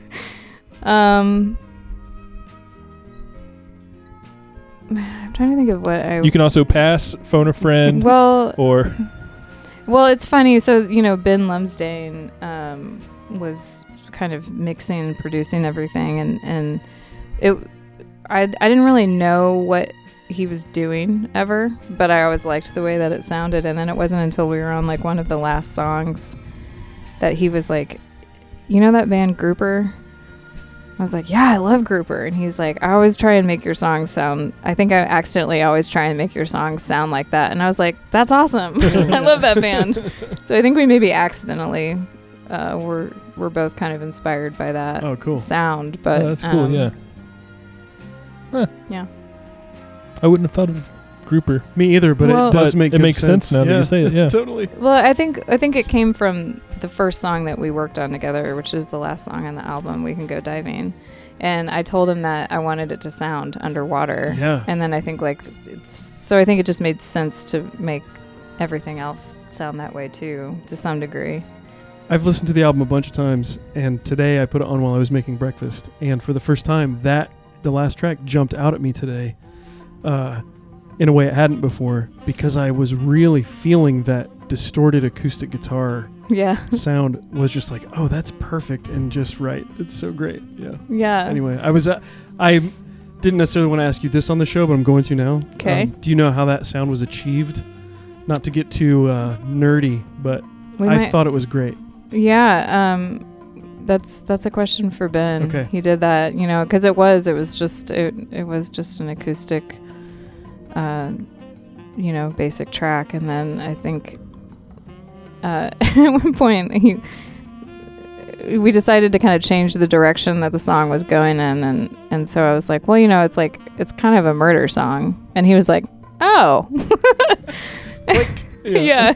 C: um, I'm trying to think of what I.
A: You can also pass, phone a friend,
C: well,
A: or
C: well, it's funny. So you know, Ben Lumsdane um, was kind of mixing and producing everything, and and it, I I didn't really know what he was doing ever, but I always liked the way that it sounded. And then it wasn't until we were on like one of the last songs that he was like, You know that band Grouper? I was like, Yeah, I love Grouper. And he's like, I always try and make your songs sound, I think I accidentally always try and make your songs sound like that. And I was like, That's awesome. I love that band. So I think we maybe accidentally. Uh, were we're both kind of inspired by that
B: Oh, cool.
C: sound, but
A: Oh, that's cool.
C: um,
A: yeah. Huh.
C: yeah.
A: I wouldn't have thought of grouper.
B: Me either, but
C: Well-
B: it does
A: But
B: make
A: it
B: good
A: makes sense now that you say it, yeah.
B: totally.
C: Well, I think I think it came from the first song that we worked on together, which is the last song on the album, "We Can Go Diving," and I told him that I wanted it to sound underwater,
B: Yeah.
C: and then I think like, it's, so I think it just made sense to make everything else sound that way too, to some degree.
B: I've listened to the album a bunch of times, and today I put it on while I was making breakfast, and for the first time, that the last track jumped out at me today, uh, in a way it hadn't before, because I was really feeling that distorted acoustic guitar
C: Yeah,
B: sound was just like, oh, that's perfect and just right. It's so great. Yeah.
C: yeah.
B: Anyway, I was, uh, I didn't necessarily want to ask you this on the show, but I'm going to now. Um,
C: 'Kay.
B: do you know how that sound was achieved? Not to get too uh, nerdy, but
C: we
B: I
C: might,
B: thought it was great.
C: yeah. Um, that's that's a question for Ben.
B: Okay.
C: he did that, you know, because it was it was just it it was just an acoustic, uh, you know, basic track, and then I think uh, at one point he we decided to kind of change the direction that the song was going in, and and so I was like, well, you know, it's like it's kind of a murder song, and he was like, oh. yeah.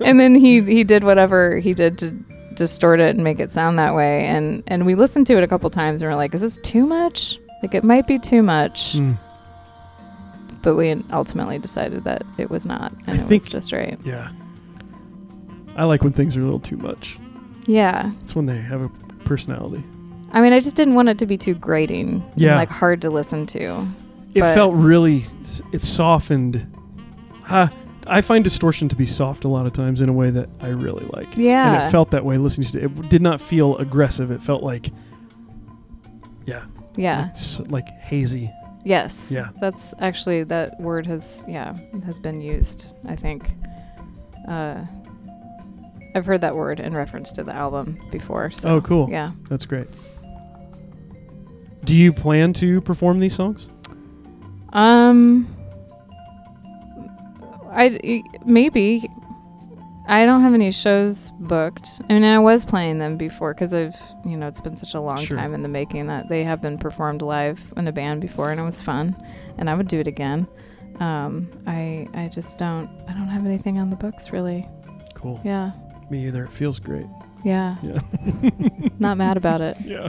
C: and then he he did whatever he did to distort it and make it sound that way and and we listened to it a couple times and we're like is this too much like it might be too much
B: Mm,
C: but we ultimately decided that it was not
B: I
C: and it
B: think-
C: was just right
B: yeah. I like when things are a little too much.
C: yeah
B: It's when they have a personality.
C: i mean i just didn't want it to be too grating and,
B: Yeah.
C: like hard to listen to
B: It
C: But-
B: felt really, it softened. Uh, I find distortion to be soft a lot of times in a way that I really like. And
C: Yeah.
B: it felt that way listening to it. It did not feel aggressive. It felt like, yeah.
C: yeah
B: Like, s- like hazy.
C: yes
B: Yeah.
C: that's actually that word has yeah has been used i think uh i've heard that word in reference to the album before so
B: Oh, cool.
C: yeah
B: That's great. Do you plan to perform these songs?
C: Um, I maybe I don't have any shows booked. I mean, I was playing them before because I've you know it's been such a long
B: Sure.
C: time in the making that they have been performed live in a band before, and it was fun, and I would do it again. Um, I I just don't I don't have anything on the books really.
B: Cool.
C: Yeah,
B: Me either. It feels great.
C: yeah.
B: Yeah.
C: Not mad about it.
B: Yeah.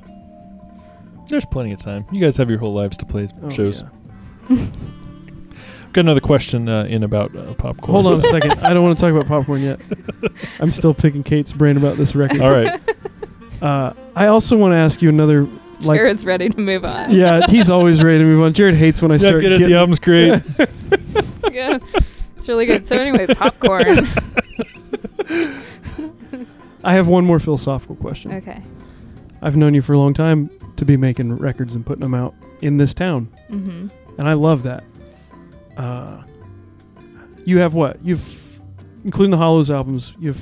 A: There's plenty of time. You guys have your whole lives to play
B: Oh,
A: shows.
B: yeah.
A: Got another question uh, in about uh, popcorn.
B: Hold on a second. I don't want to talk about popcorn yet. I'm still picking Kate's brain about this record.
A: All right.
B: Uh, I also want to ask you another. Like,
C: Jared's ready to move on.
B: Yeah, he's always ready to move on. Jared hates when I
A: yeah,
B: start
A: get it.
B: getting-
A: The album's great.
C: yeah. It's really good. So anyway, popcorn.
B: I have one more philosophical question.
C: okay.
B: I've known you for a long time to be making records and putting them out in this town,
C: Mm-hmm.
B: and I love that. Uh, you have what? You've, including the Hollows albums, you have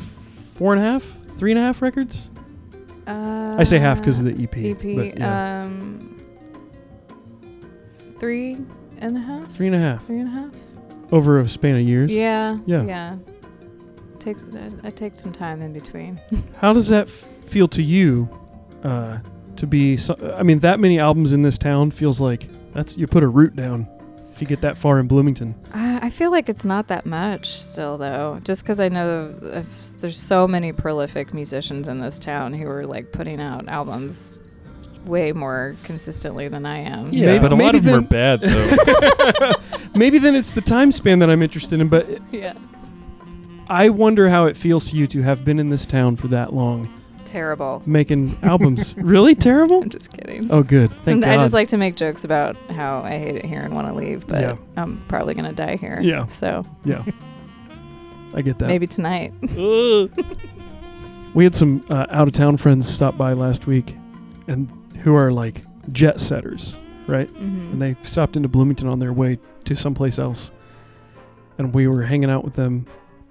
B: four and a half, three and a half records.
C: Uh,
B: I say half because of the EP.
C: EP.
B: but
C: Uh, E
B: yeah,
C: Um, three and a half.
B: three and a half
C: Three and a half.
B: over a span of years.
C: Yeah.
B: Yeah.
C: Yeah. Takes. I, I take some time in between.
B: How does that f- feel to you? Uh, to be, so, I mean, that many albums in this town feels like that's you put a root down to get that far in Bloomington.
C: I, I feel like it's not that much still, though. Just because I know if, there's so many prolific musicians in this town who are like putting out albums way more consistently than I am.
B: Yeah.
C: So-
A: but a lot
B: Maybe
A: of them are
B: then-
A: bad though.
B: Maybe then it's the time span that I'm interested in, but
C: yeah.
B: I wonder how it feels to you to have been in this town for that long
C: Terrible.
B: making albums. really terrible?
C: I'm just kidding.
B: Oh, good. Thank
C: Some- I
B: God.
C: just like to make jokes about how I hate it here and want to leave, but
B: Yeah.
C: I'm probably gonna die here.
B: Yeah.
C: So
B: yeah. I get that.
C: maybe tonight.
B: We had some uh, out of town friends stop by last week, and who are like jet setters, right?
C: Mm-hmm.
B: And they stopped into Bloomington on their way to someplace else. And we were hanging out with them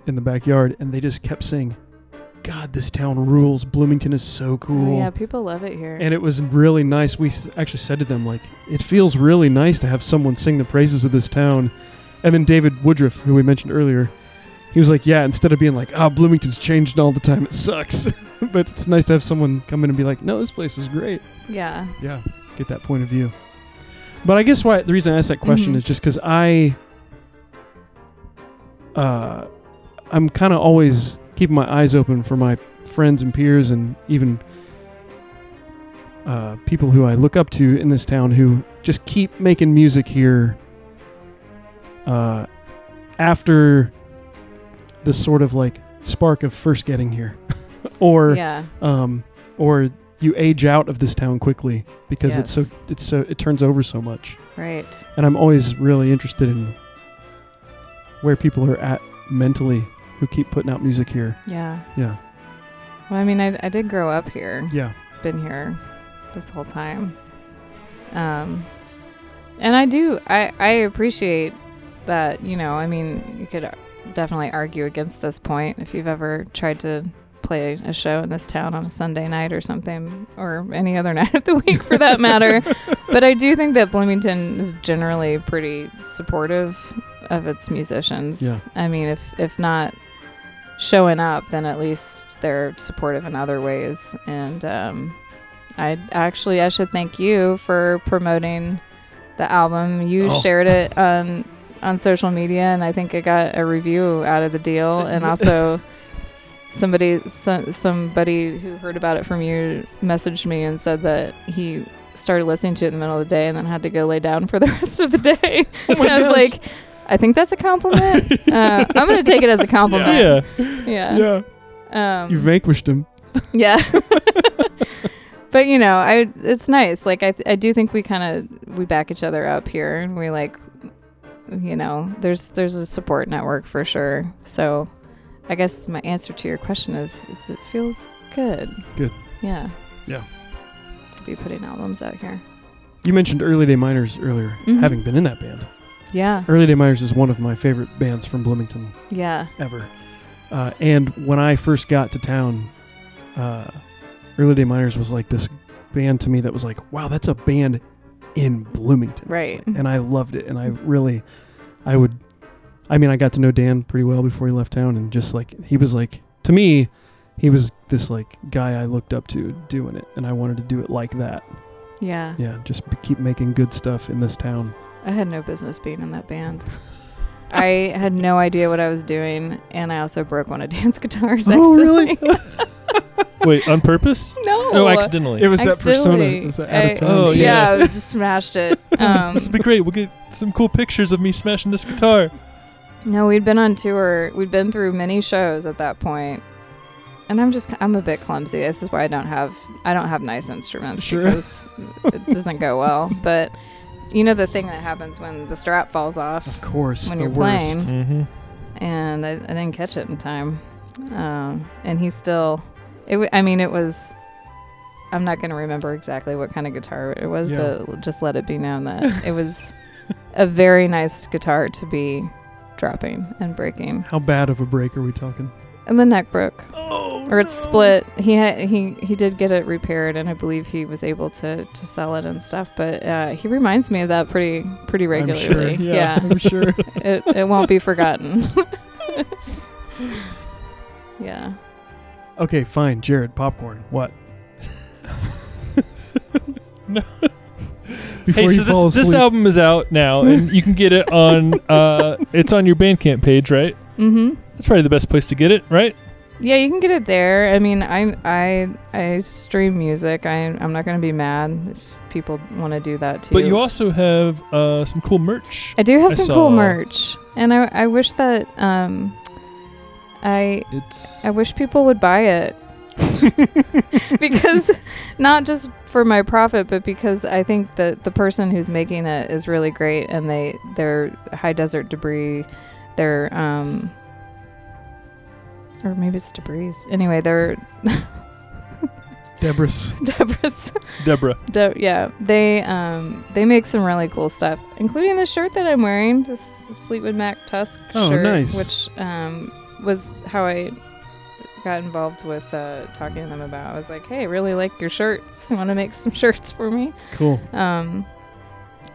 B: in the backyard, and they just kept saying, God, this town rules. Bloomington is so cool.
C: Oh, yeah, people love it here.
B: And it was really nice. We s- actually said to them, like, it feels really nice to have someone sing the praises of this town. And then David Woodruff, who we mentioned earlier, he was like, yeah, instead of being like, ah, Bloomington's changed all the time, it sucks. but it's nice to have someone come in and be like, no, this place is great.
C: yeah.
B: Yeah, get that point of view. But I guess why the reason I asked that question
C: Mhm.
B: is just because I, uh, I'm kind of always keeping my eyes open for my friends and peers and even uh, people who I look up to in this town who just keep making music here. Uh, after the sort of like spark of first getting here, or
C: yeah.
B: um, or you age out of this town quickly because it's
C: Yes.
B: so it's so it turns over so much.
C: Right.
B: And I'm always really interested in where people are at mentally who keep putting out music here.
C: Yeah.
B: Yeah,
C: Well, I mean, I, I did grow up here.
B: yeah,
C: Been here this whole time. Um, and I do. I I appreciate that. You know, I mean, you could definitely argue against this point if you've ever tried to play a show in this town on a Sunday night or something, or any other night of the week for that matter. but I do think that Bloomington is generally pretty supportive of its musicians.
B: Yeah.
C: I mean, if if not showing up, then at least they're supportive in other ways. And um, I actually I should thank you for promoting the album. You
B: Oh.
C: shared it on on social media, and I think I got a review out of the deal, and also. Somebody, so, somebody who heard about it from you messaged me and said that he started listening to it in the middle of the day and then had to go lay down for the rest of the day. and I was like, I think that's a compliment. uh, I'm going to take it as a compliment.
A: Yeah.
C: Yeah.
B: yeah.
C: Yeah. Um,
B: You vanquished him.
C: yeah. but you know, I it's nice. Like I I do think we kind of we back each other up here and we like you know, there's there's a support network for sure. So I guess my answer to your question is is it feels good.
B: Good.
C: Yeah.
B: Yeah.
C: To be putting albums out here.
B: You mentioned Early Day Miners earlier,
C: Mhm.
B: having been in that band.
C: Yeah.
B: Early Day Miners is one of my favorite bands from Bloomington.
C: Yeah.
B: ever. Uh, and when I first got to town, uh, Early Day Miners was like this band to me that was like, wow, that's a band in Bloomington.
C: Right.
B: And I loved it. And I really, I would, I mean, I got to know Dan pretty well before he left town. And just like, he was like, to me, he was this like guy I looked up to doing it. And I wanted to do it like that.
C: Yeah.
B: Yeah, just b- keep making good stuff in this town.
C: I had no business being in that band. I had no idea what I was doing, and I also broke one of Dan's guitars.
B: Oh, really? Oh,
C: accidentally.
A: Wait, on purpose?
C: no.
A: No, accidentally.
B: It was that persona.
C: Accidentally.
B: It was that
C: I-
B: out of town.
A: Oh,
C: yeah,
A: yeah.
C: I just smashed it. Um,
A: this would be great. We'll get some cool pictures of me smashing this guitar.
C: no, we'd been on tour. We'd been through many shows at that point, and I'm just I'm a bit clumsy. This is why I don't have I don't have nice instruments
B: Sure.
C: because it doesn't go well. But you know the thing that happens when the strap falls off,
B: Of course.
C: When
B: the
C: you're
B: worst.
C: playing.
A: Mm-hmm.
C: and I, I didn't catch it in time. Um, and he still, it. W- I mean, it was. I'm not going to remember exactly what kind of guitar it was,
B: Yeah.
C: but l- just let it be known that it was a very nice guitar to be dropping and breaking.
B: How bad of a break are we talking?
C: And the neck broke,
B: Oh,
C: or it's split. He had, he he did get it repaired, and I believe he was able to to sell it and stuff. But uh, he reminds me of that pretty pretty
B: I'm sure,
C: regularly. yeah.
B: I'm sure.
C: it, it won't be forgotten. yeah.
B: okay, fine. Jared, popcorn. What?
A: No.
B: Before
A: hey, so
B: you fall
A: this, this
B: asleep.
A: album is out now, and you can get it on. Uh, it's on your Bandcamp page, right?
C: Mm-hmm.
A: That's probably the best place to get it, right?
C: Yeah, you can get it there. I mean, I I I stream music. I I'm not gonna be mad if people want to do that too.
A: But you also have uh, some cool merch.
C: I do have
A: I
C: some cool
A: saw-
C: merch, and I I wish that um, I
A: It's
C: I wish people would buy it. because not just for my profit, but because I think that the person who's making it is really great and they their high desert debris, their um or maybe it's debris. Anyway, their
B: Deborah's.
C: Deborah's.
A: Deborah.
C: De- yeah, they um they make some really cool stuff, including the shirt that I'm wearing, this Fleetwood Mac Tusk
B: Oh,
C: shirt,
B: nice.
C: which um was how I got involved with uh, talking to them about. I was like, hey, I really like your shirts. Want to make some shirts for me?
B: Cool.
C: Um,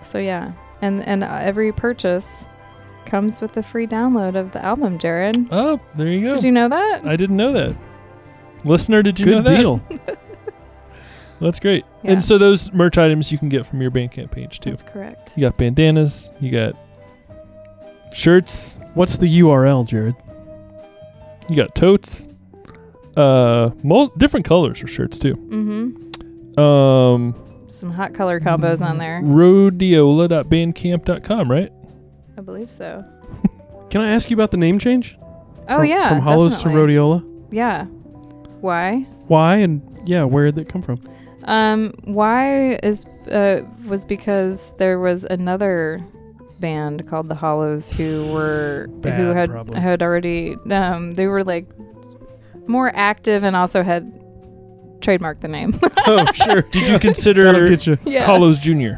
C: so yeah, and and uh, every purchase comes with a free download of the album, Jared.
A: Oh, there you go.
C: Did you know that?
A: I didn't know that. Listener, did you know
B: Good
A: that?
B: deal.
A: That's great.
C: Yeah.
A: And so those merch items you can get from your Bandcamp page too.
C: That's correct.
A: You got bandanas, you got shirts,
B: What's the URL, Jared?
A: you got totes, uh, mul- different colors of shirts too.
C: Mm-hmm.
A: Um,
C: Some hot color combos on there.
A: rhodiola.bandcamp.com, right?
C: I believe so.
B: Can I ask you about the name change?
C: Oh
B: From-
C: yeah,
B: From Hollows
C: definitely.
B: to Rhodiola.
C: Yeah. Why?
B: Why and yeah, where did that come from?
C: Um, why is uh, was because there was another band called the Hollows who were who
B: Bad,
C: had
B: probably.
C: had already um, they were like more active and also had trademarked the name.
B: oh, sure.
A: Did you
B: That'll
A: consider
B: get you.
C: yeah,
A: Hollows Jr.?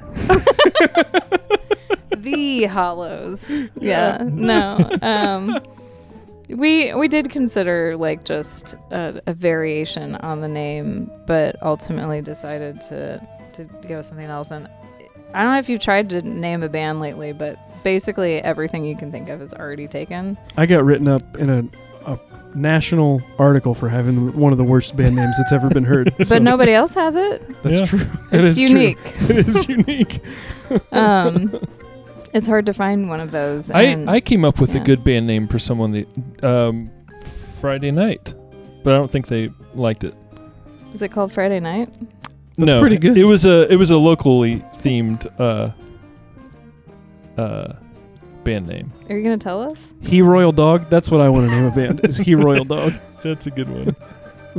C: the Hollows. Yeah, no. Um, we we did consider like just a, a variation on the name, but ultimately decided to to go with something else. And I don't know if you've tried to name a band lately, but basically everything you can think of is already taken.
B: I got written up in a, a national article for having one of the worst band names that's ever been heard. so
C: But nobody else has it.
B: That's
A: Yeah.
B: true. That
C: It's
B: is
C: unique.
B: True. It is unique.
C: um, it's hard to find one of those.
A: I,
C: and-
A: I came up with a
C: yeah.
A: good band name for someone the um, Friday night, but I don't think they liked it.
C: is it called Friday Night?
B: That's
A: no,
B: pretty good.
A: It was a it was a locally themed uh, uh, band name.
C: Are you gonna tell us?
B: He Royal Dog. That's what I want to name a band. Is He Royal Dog?
A: That's a good one.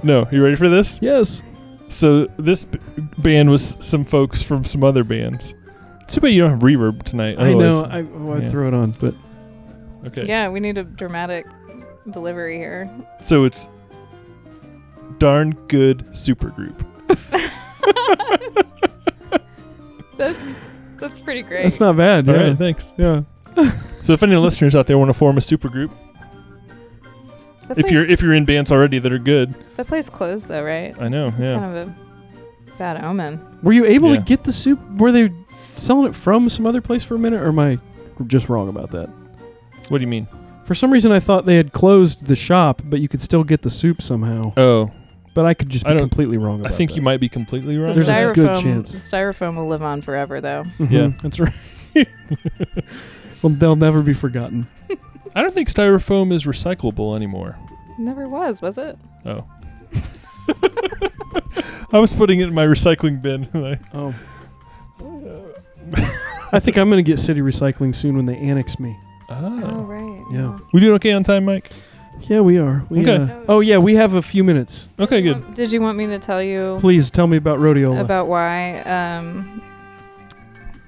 A: no, you ready for this?
B: Yes.
A: So this b- band was some folks from some other bands. It's too bad you don't have reverb tonight.
B: I
A: otherwise-
B: know. I oh, I'd
A: yeah.
B: throw it on, but
A: Okay.
C: Yeah, we need a dramatic delivery here.
A: So it's darn good supergroup.
C: That's that's pretty great.
B: that's not bad.
A: All
B: yeah.
A: right, thanks.
B: Yeah.
A: So if any listeners out there want to form a supergroup,
C: That
A: if
C: place-
A: you're if you're in bands already that are good,
C: that place closed though, right?
A: I know. Yeah.
C: Kind of a bad omen.
B: Were you able
A: Yeah.
B: to get the soup? Were they selling it from some other place for a minute, or am I just wrong about that?
A: What do you mean?
B: For some reason, I thought they had closed the shop, but you could still get the soup somehow.
A: Oh,
B: But I could just
A: I
B: be
A: don't-
B: completely wrong.
A: I
B: About
A: think
B: that.
A: you might be completely
C: The
A: wrong.
B: There's a
C: styrofoam,
B: good chance.
C: the styrofoam will live on forever though.
B: Mhm,
A: Yeah.
B: that's right. well, they'll never be forgotten.
A: I don't think styrofoam is recyclable anymore.
C: Never was, was it?
A: Oh. I was putting it in my recycling bin. and I-
B: Oh.
A: Oh.
B: I think I'm going to get city recycling soon when they annex me.
A: oh.
C: right.
B: Yeah.
A: We doing okay on time, Mike?
B: Yeah, we are. We,
A: Okay.
B: uh, oh yeah, we have a few minutes.
A: Okay, good.
C: Um, Did you want me to tell you
B: Please tell me about Rhodiola.
C: about why? Um,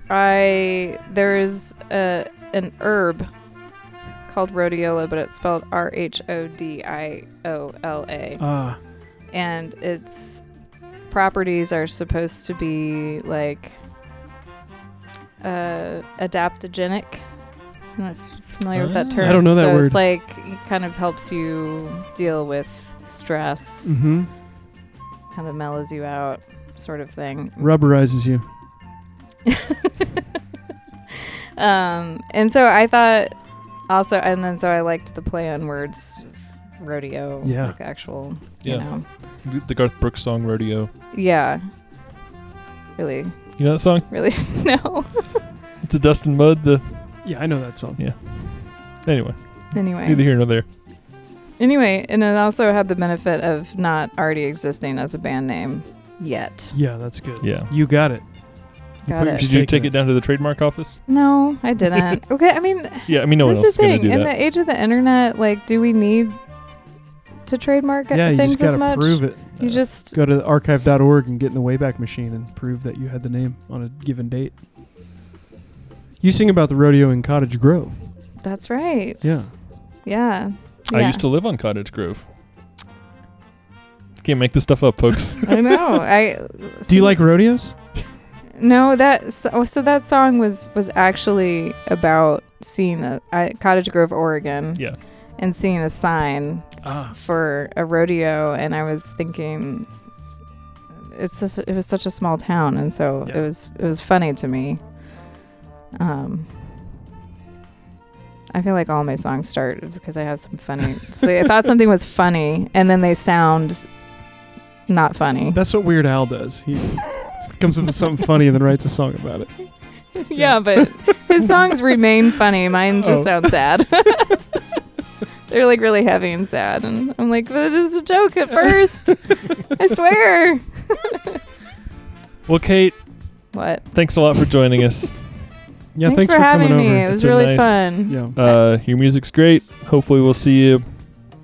C: I there is a an herb called rhodiola, but it's spelled R H O D I O L A.
B: ah,
C: and its properties are supposed to be like uh, adaptogenic. I'm not familiar with that
A: Ah.
C: term.
A: I
B: don't know that
C: so
B: word.
C: It's like it kind of helps you deal with stress,
A: Mm-hmm.
B: hmm Mm-hmm.
C: kind of mellows you out, sort of thing.
B: rubberizes you.
C: Um, and so I thought also, and then so I liked the play on words, rodeo,
B: Yeah.
C: like actual,
A: Yeah.
C: you know,
A: The Garth Brooks song "Rodeo."
C: yeah, really,
A: You know that song?
C: really, no.
A: The dust and mud. The
B: Yeah, I know that song.
A: anyway,
C: Anyway,
A: neither here nor there.
C: Anyway, and it also had the benefit of not already existing as a band name yet.
B: Yeah, that's good.
A: Yeah.
B: You got it. You
C: Got
B: put
C: it.
B: your
A: Did you
B: stake
A: take
B: in
A: it down to the trademark office?
C: No, I didn't. okay, I mean,
A: Yeah, I mean, no
C: this
A: one else
C: is
A: is
C: the
A: going to
C: thing.
A: do
C: In
A: that.
C: the age of the internet, like, do we need to trademark
B: Yeah, you
C: things
B: just
C: as
B: gotta
C: much?
B: prove it.
C: You
A: Uh,
C: just,
B: Go to archive.org and get in the Wayback Machine and prove that you had the name on a given date. You sing about the rodeo in Cottage Grove.
C: that's right.
B: Yeah.
C: Yeah.
A: I
C: Yeah.
A: used to live on Cottage Grove. Can't make this stuff up, folks.
C: I know. I
B: Do you like rodeos?
C: No, that so, oh, so that song was was actually about seeing a at Cottage Grove, Oregon.
A: Yeah.
C: And seeing a sign for a rodeo, and I was thinking, it's just, it was such a small town, and so
B: Yeah.
C: it was it was funny to me. Um, I feel like all my songs start because I have some funny. so I thought something was funny, and then they sound not funny.
B: That's what Weird Al does. He comes up with something funny and then writes a song about it.
C: yeah, but his songs remain funny. Mine just
B: Oh.
C: sound sad. They're like really heavy and sad, and I'm like, that is a joke at first. I swear.
A: well, Kate,
C: What?
A: thanks a lot for joining us.
B: Yeah, thanks,
C: for,
B: coming
C: having me.
B: over.
C: It was
A: been
C: really
A: nice.
C: fun.
B: Yeah.
A: Uh, your music's great. Hopefully, we'll see you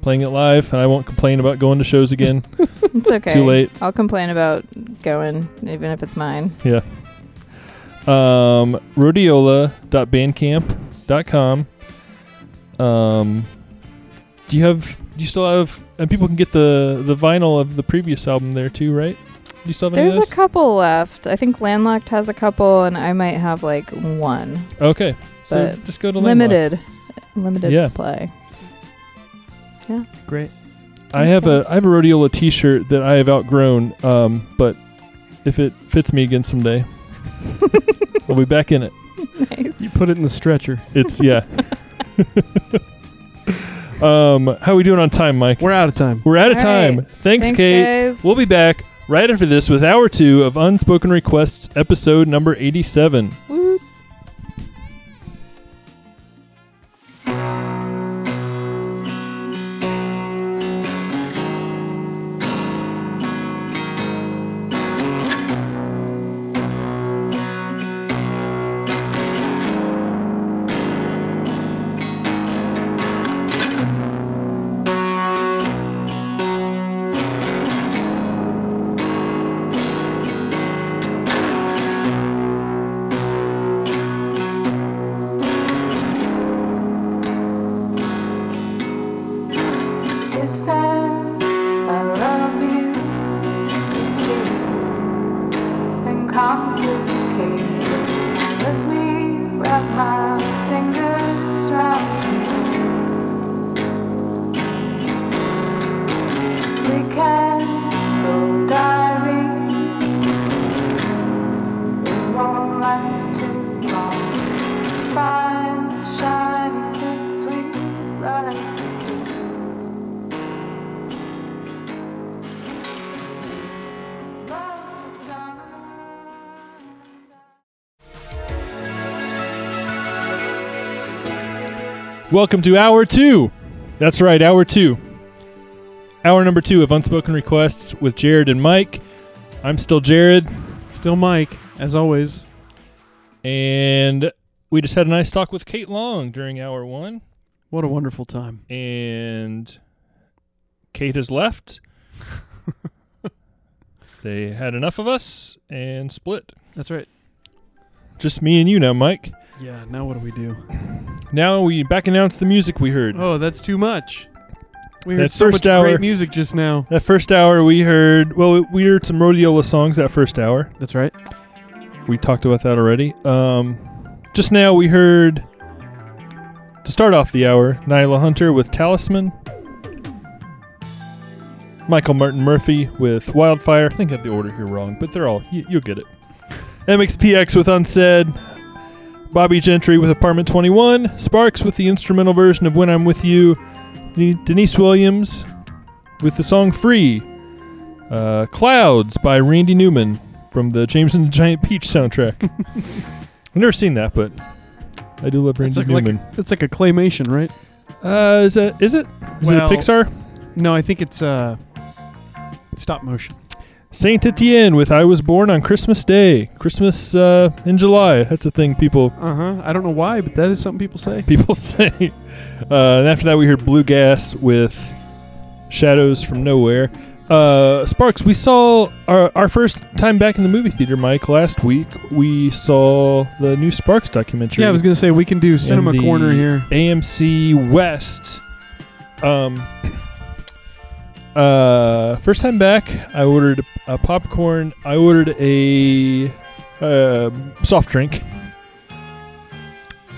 A: playing it live, and I won't complain about going to shows again.
C: It's okay.
A: Too late.
C: I'll complain about going, even if it's mine.
A: Um, rodiola.bandcamp.com. Um, do you have? Do you still have? And people can get the the vinyl of the previous album there too, right? Do you still have any
C: There's a
A: of those?
C: couple left. I think Landlocked has a couple, and I might have like one.
A: okay, so
C: but
A: just go to Landlocked.
C: Limited. Limited
A: Yeah.
C: supply.
B: Great.
A: I have a I have a Rhodiola T-shirt that I have outgrown, um, but if it fits me again someday, I'll be back in it.
C: Nice.
B: You put it in the stretcher.
A: It's yeah. um, how are we doing on time, Mike?
B: We're out of time.
A: We're out of
C: All
A: time.
C: right.
A: Thanks, Kate.
C: guys.
A: We'll be back right after this with hour two of Unspoken Requests, episode number eighty-seven.
C: Woo.
D: Yes, I I love you. It's deep and complicated. Let me wrap my fingers round you. We can go diving. It won't last too long. Find shiny bits we like to keep. Love the sun.
A: Welcome to hour two. That's right, hour two. Hour number two of Unspoken Requests with Jared and Mike. I'm still Jared,
B: Still Mike, as always.
A: and we just had a nice talk with Kate Long during hour one.
B: What a wonderful time.
A: and Kate has left. they had enough of us and split.
B: That's right.
A: Just me and you now, Mike.
B: Yeah, now what do we do?
A: Now we back announce the music we heard.
B: Oh, that's too much. We heard
A: That
B: so
A: first
B: much
A: hour-
B: great music just now.
A: That first hour we heard, well, we heard some Rhodiola songs that first hour.
B: That's right.
A: We talked about that already. Um, just now we heard, to start off the hour, Nyla Hunter with Talisman. Michael Martin Murphy with Wildfire. I think I have the order here wrong, but they're all, you, you'll get it. MXPX with Unsaid. Bobby Gentry with Apartment 21. Sparks with the instrumental version of When I'm With You. De- Denise Williams with the song Free. Uh, Clouds by Randy Newman from the James and the Giant Peach soundtrack. I've never seen that, but I do love
B: It's
A: Randy
B: like,
A: Newman.
B: like it's like a claymation, right?
A: uh, is that is it? Is
B: Well-
A: it a Pixar?
B: No, I think it's uh stop motion.
A: Saint Etienne with "I Was Born on Christmas Day," Christmas uh, in July. That's a thing people
B: Uh huh. I don't know why, but that is something people say.
A: people say. Uh, and after that, we heard Blue Gas with Shadows from Nowhere. Uh, Sparks, we saw our, our first time back in the movie theater, Mike, last week. We saw the new Sparks documentary.
B: Yeah, I was gonna say we can do cinema
A: the-
B: corner here.
A: AMC West. Um, Uh, first time back, I ordered a popcorn. I ordered a um soft drink.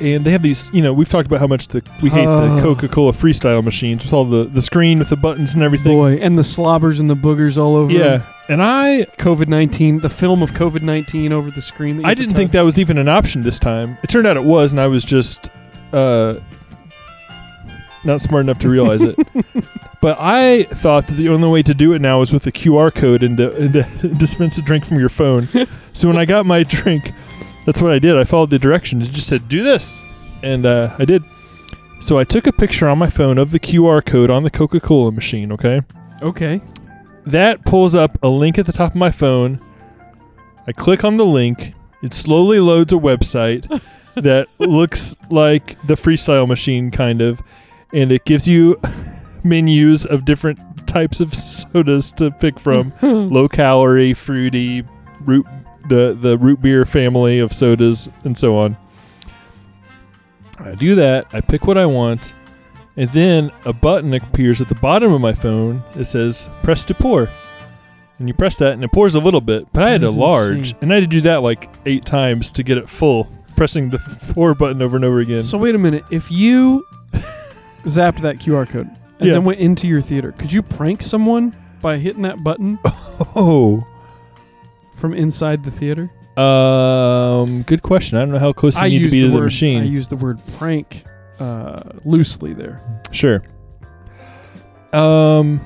A: And they have these, you know, we've talked about how much the we hate
B: Oh.
A: the Coca-Cola freestyle machines with all the the screen with the buttons and everything.
B: Boy, and the slobbers and the boogers all over.
A: Yeah, and I
B: COVID nineteen, the film of COVID nineteen over the screen. That you
A: I
B: have to
A: didn't think
B: touch.
A: that was even an option this time. It turned out it was, and I was just uh, not smart enough to realize it. But I thought that the only way to do it now was with the QR code and to, and to dispense a drink from your phone. so when I got my drink, that's what I did. I followed the directions. It just said, do this. And uh, I did. So I took a picture on my phone of the QR code on the Coca Cola machine, okay?
B: Okay.
A: that pulls up a link at the top of my phone. I click on the link. It slowly loads a website that looks like the freestyle machine, kind of, and it gives you menus of different types of sodas to pick from: low calorie, fruity, root the the root beer family of sodas, and so on. I do that. I pick what I want, and then a button appears at the bottom of my phone that says press to pour. And you press that and it pours a little bit, but I had
B: That
A: a
B: is
A: large
B: insane.
A: and I had to do that like eight times to get it full, pressing the pour button over and over again.
B: So wait a minute. If you zapped that QR code and
A: Yeah.
B: then went into your theater, could you prank someone by hitting that button
A: oh.
B: from inside the theater?
A: Um good question. I don't know how close you need to
B: used
A: be to the
B: word,
A: machine.
B: I use the word prank uh, loosely there.
A: Sure. Um,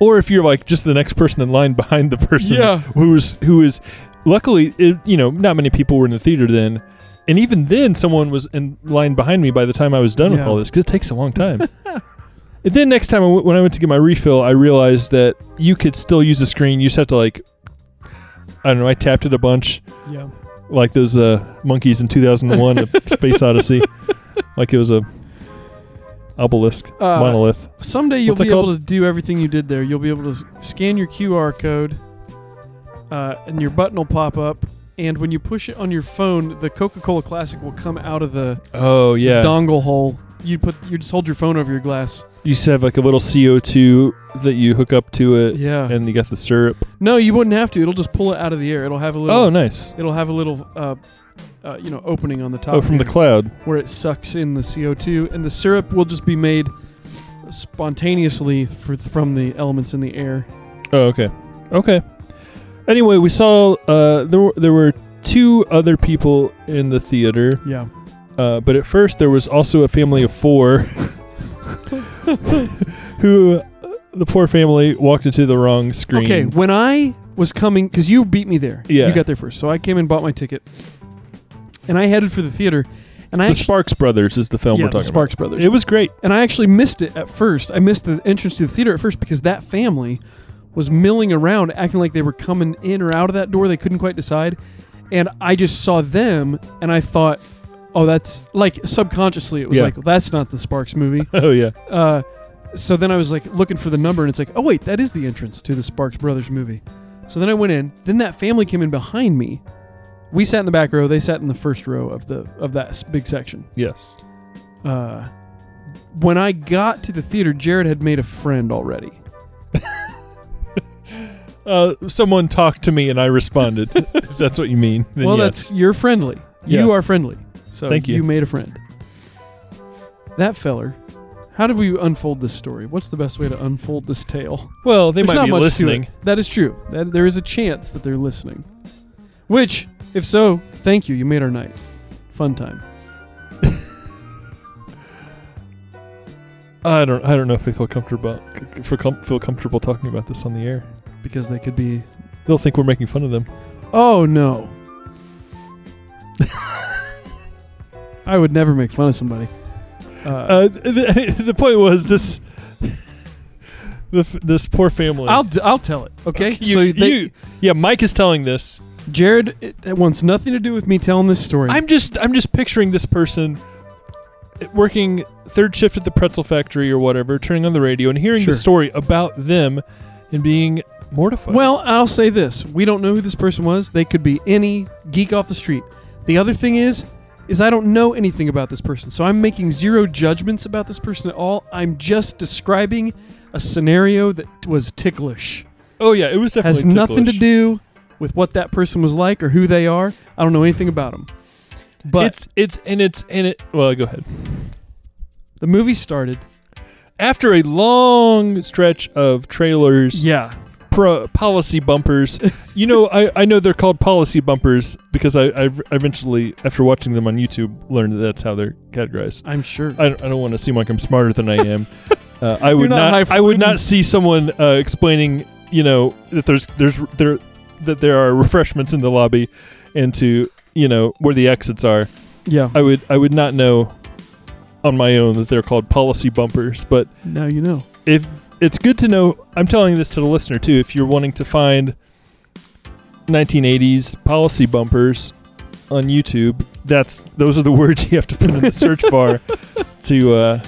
A: or if you're like just the next person in line behind the person
B: Yeah.
A: who is who is, luckily, it, you know, not many people were in the theater then, and even then, someone was in line behind me by the time I was done with
B: Yeah.
A: all this because it takes a long time. and then next time I w- when I went to get my refill, I realized that you could still use the screen. You just have to like, I don't know. I tapped it a bunch
B: Yeah.
A: like those uh, monkeys in 2001, a Space Odyssey, like it was a obelisk
B: Uh,
A: monolith.
B: Someday you'll
A: What's it
B: be able to do everything you did there. You'll be able to s- scan your QR code, uh, and your button will pop up. And when you push it on your phone, the Coca-Cola Classic will come out of the
A: Oh yeah,
B: dongle hole. You put you just hold your phone over your glass.
A: you used to have like a little CO2 that you hook up to it,
B: Yeah.
A: Uh, and you got the syrup.
B: no, you wouldn't have to. It'll just pull it out of the air. It'll have a little.
A: Oh nice.
B: It'll have a little, uh, uh, you know, opening on the top.
A: Oh, from the
B: here
A: cloud.
B: where it sucks in the CO2, and the syrup will just be made spontaneously for, from the elements in the air.
A: Oh okay, okay. Anyway, we saw uh, there were, there were two other people in the theater,
B: Yeah.
A: uh, but at first there was also a family of four, who uh, the poor family walked into the wrong screen.
B: Okay, when I was coming, because you beat me there.
A: Yeah.
B: You got there first. So I came and bought my ticket. And I headed for the theater. And I
A: the
B: actu-
A: Sparks Brothers is the film
B: yeah,
A: we're
B: the
A: talking
B: Sparks
A: about.
B: Brothers.
A: It was great.
B: and I actually missed it at first. I missed the entrance to the theater at first because that family was milling around, acting like they were coming in or out of that door. They couldn't quite decide. And I just saw them and I thought, oh, that's like subconsciously, it was
A: Yeah.
B: like, that's not the Sparks movie.
A: Oh yeah.
B: Uh, so then I was like looking for the number, and it's like, oh wait, that is the entrance to the Sparks Brothers movie. So then I went in. Then that family came in behind me. We sat in the back row. They sat in the first row of the of that s- big section.
A: Yes.
B: Uh, when I got to the theater, Jared had made a friend already.
A: Uh, someone talked to me and I responded. if that's what you mean. Then
B: well,
A: yes.
B: that's you're friendly. You
A: Yeah.
B: are friendly. So
A: Thank you.
B: You made a friend. That feller. How did we unfold this story? What's the best way to unfold this tale?
A: well, they
B: There's
A: might
B: not
A: be
B: much to
A: listening.
B: it. That is true. That there is a chance that they're listening. Which, if so, thank you. You made our night. Fun time.
A: I don't. I don't know if they feel comfortable for com- feel comfortable talking about this on the air.
B: Because they could be
A: They'll think we're making fun of them.
B: Oh no. I would never make fun of somebody. Uh,
A: Uh, the, the point was this. the f- this poor family.
B: I'll d- I'll tell it. Okay.
A: You-
B: so they,
A: you- yeah, Mike is telling this.
B: Jared it, it wants nothing to do with me telling this story.
A: I'm just. I'm just picturing this person working third shift at the pretzel factory or whatever, turning on the radio and hearing
B: Sure.
A: the story about them and being mortified.
B: Well, I'll say this: we don't know who this person was. They could be any geek off the street. The other thing is, is I don't know anything about this person, so I'm making zero judgments about this person at all. I'm just describing a scenario that was ticklish.
A: Oh yeah, it was definitely
B: has nothing to
A: ticklish.
B: do with what that person was like or who they are. I don't know anything about them. But
A: it's it's and it's and it. Well, go ahead.
B: the movie started.
A: After a long stretch of trailers,
B: Yeah.
A: pro- policy bumpers. you know, I, I know they're called policy bumpers because I, I eventually, after watching them on YouTube, learned that that's how they're categorized.
B: I'm sure.
A: I don't, I don't want to seem like I'm smarter than I am. Uh, I would
B: not
A: not. I would
B: highfalutin.
A: not see someone uh, explaining, you know, that there's there's there that there are refreshments in the lobby, and to you know where the exits are.
B: yeah.
A: I would I would not know on my own that they're called policy bumpers, but
B: now you know.
A: if it's good to know i'm telling this to the listener too if you're wanting to find 1980s policy bumpers on youtube that's those are the words you have to put in the search bar to uh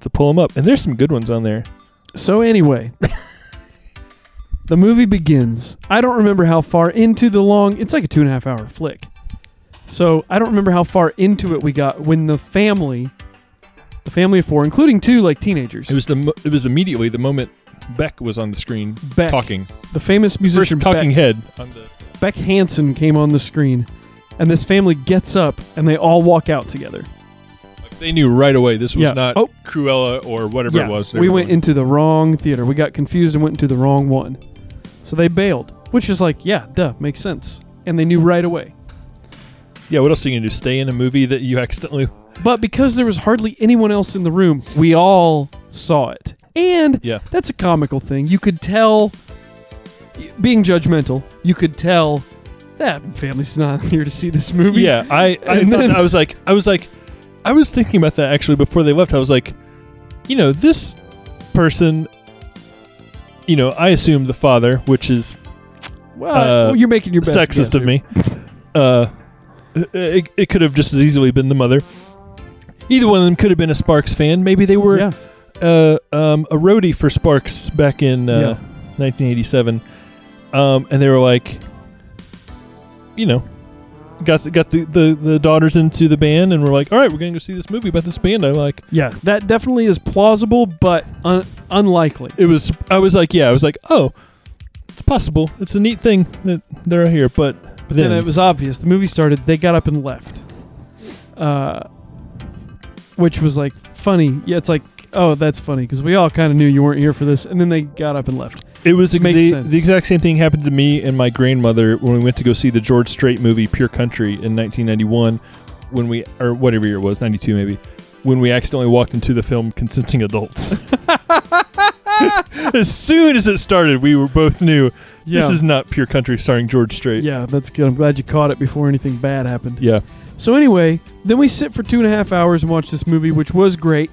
A: to pull them up and there's some good ones on there
B: So anyway, the movie begins. I don't remember how far into the long. It's like a two and a half hour flick. So I don't remember how far into it we got when the family, the family of four, including two like teenagers,
A: it was the mo- it was immediately the moment beck was on the screen
B: Beck,
A: talking
B: the famous musician
A: first talking
B: Beck,
A: head on the
B: Beck Hansen came on the screen, and this family gets up and they all walk out together.
A: like, they knew right away this was
B: Yeah.
A: not
B: Oh.
A: cruella or whatever
B: Yeah,
A: it was they
B: We
A: were
B: went
A: doing.
B: into the wrong theater. We got confused and went into the wrong one. So they bailed, which is like, yeah, duh, makes sense. And they knew right away.
A: yeah what else are you gonna do stay in a movie that you accidentally
B: But because there was hardly anyone else in the room, we all saw it. And
A: yeah
B: that's a comical thing. You could tell, being judgmental, you could tell that family's not here to see this movie.
A: Yeah, I I,
B: And
A: thought
B: then-
A: I was like I was like I was thinking about that actually before they left. I was like, you know, this person, you know, I assume the father, which is
B: Well,
A: Uh,
B: well, you're making your best
A: sexist
B: guess
A: of me.
B: here.
A: uh, it, it could have just as easily been the mother. Either one of them could have been a Sparks fan. Maybe they were
B: yeah.
A: uh, um, a roadie for Sparks back in uh, 1987, um, and they were like, you know, got the, got the, the the daughters into the band, and we're like, all right, we're gonna go see this movie about this band I like.
B: Yeah, that definitely is plausible, but un- unlikely.
A: It was I was like, yeah, I was like, oh, it's possible. It's a neat thing that they're out here, but but
B: Then
A: then
B: it was obvious. The movie started. They got up and left, uh, which was like funny. Yeah, it's like oh, that's funny because we all kind of knew you weren't here for this, and then they got up and left.
A: It was ex-
B: Makes
A: the,
B: sense.
A: the exact same thing happened to me and my grandmother when we went to go see the George Strait movie Pure Country in 1991 when we or whatever year it was 92 maybe when we accidentally walked into the film consenting adults. as soon as it started we were both knew
B: Yeah,
A: this is not Pure Country starring George Strait.
B: yeah, that's good. I'm glad you caught it before anything bad happened.
A: Yeah.
B: So anyway, then we sit for two and a half hours and watch this movie, which was great.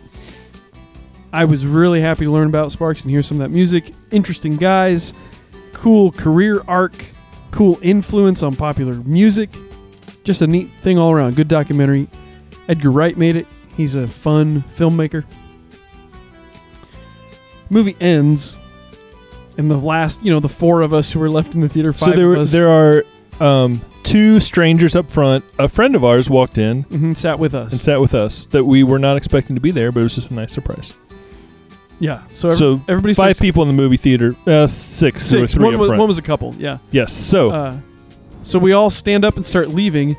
B: I was really happy to learn about Sparks and hear some of that music. Interesting guys, cool career arc, cool influence on popular music. Just a neat thing all around. Good documentary. Edgar Wright made it. He's a fun filmmaker. Movie ends, and the last, you know, the four of us who were left in the theater, five
A: So there
B: of
A: were,
B: us,
A: there are um, two strangers up front. A friend of ours walked in
B: mhm, sat with us.
A: and sat with us that we were not expecting to be there, but it was just a nice surprise.
B: yeah, so, every,
A: so
B: everybody
A: five
B: starts-
A: people in the movie theater. Uh, six. There were
B: six.
A: three
B: One
A: up
B: was,
A: front. Oh.
B: one was a couple. Yeah.
A: yes. So
B: Uh, so we all stand up and start leaving,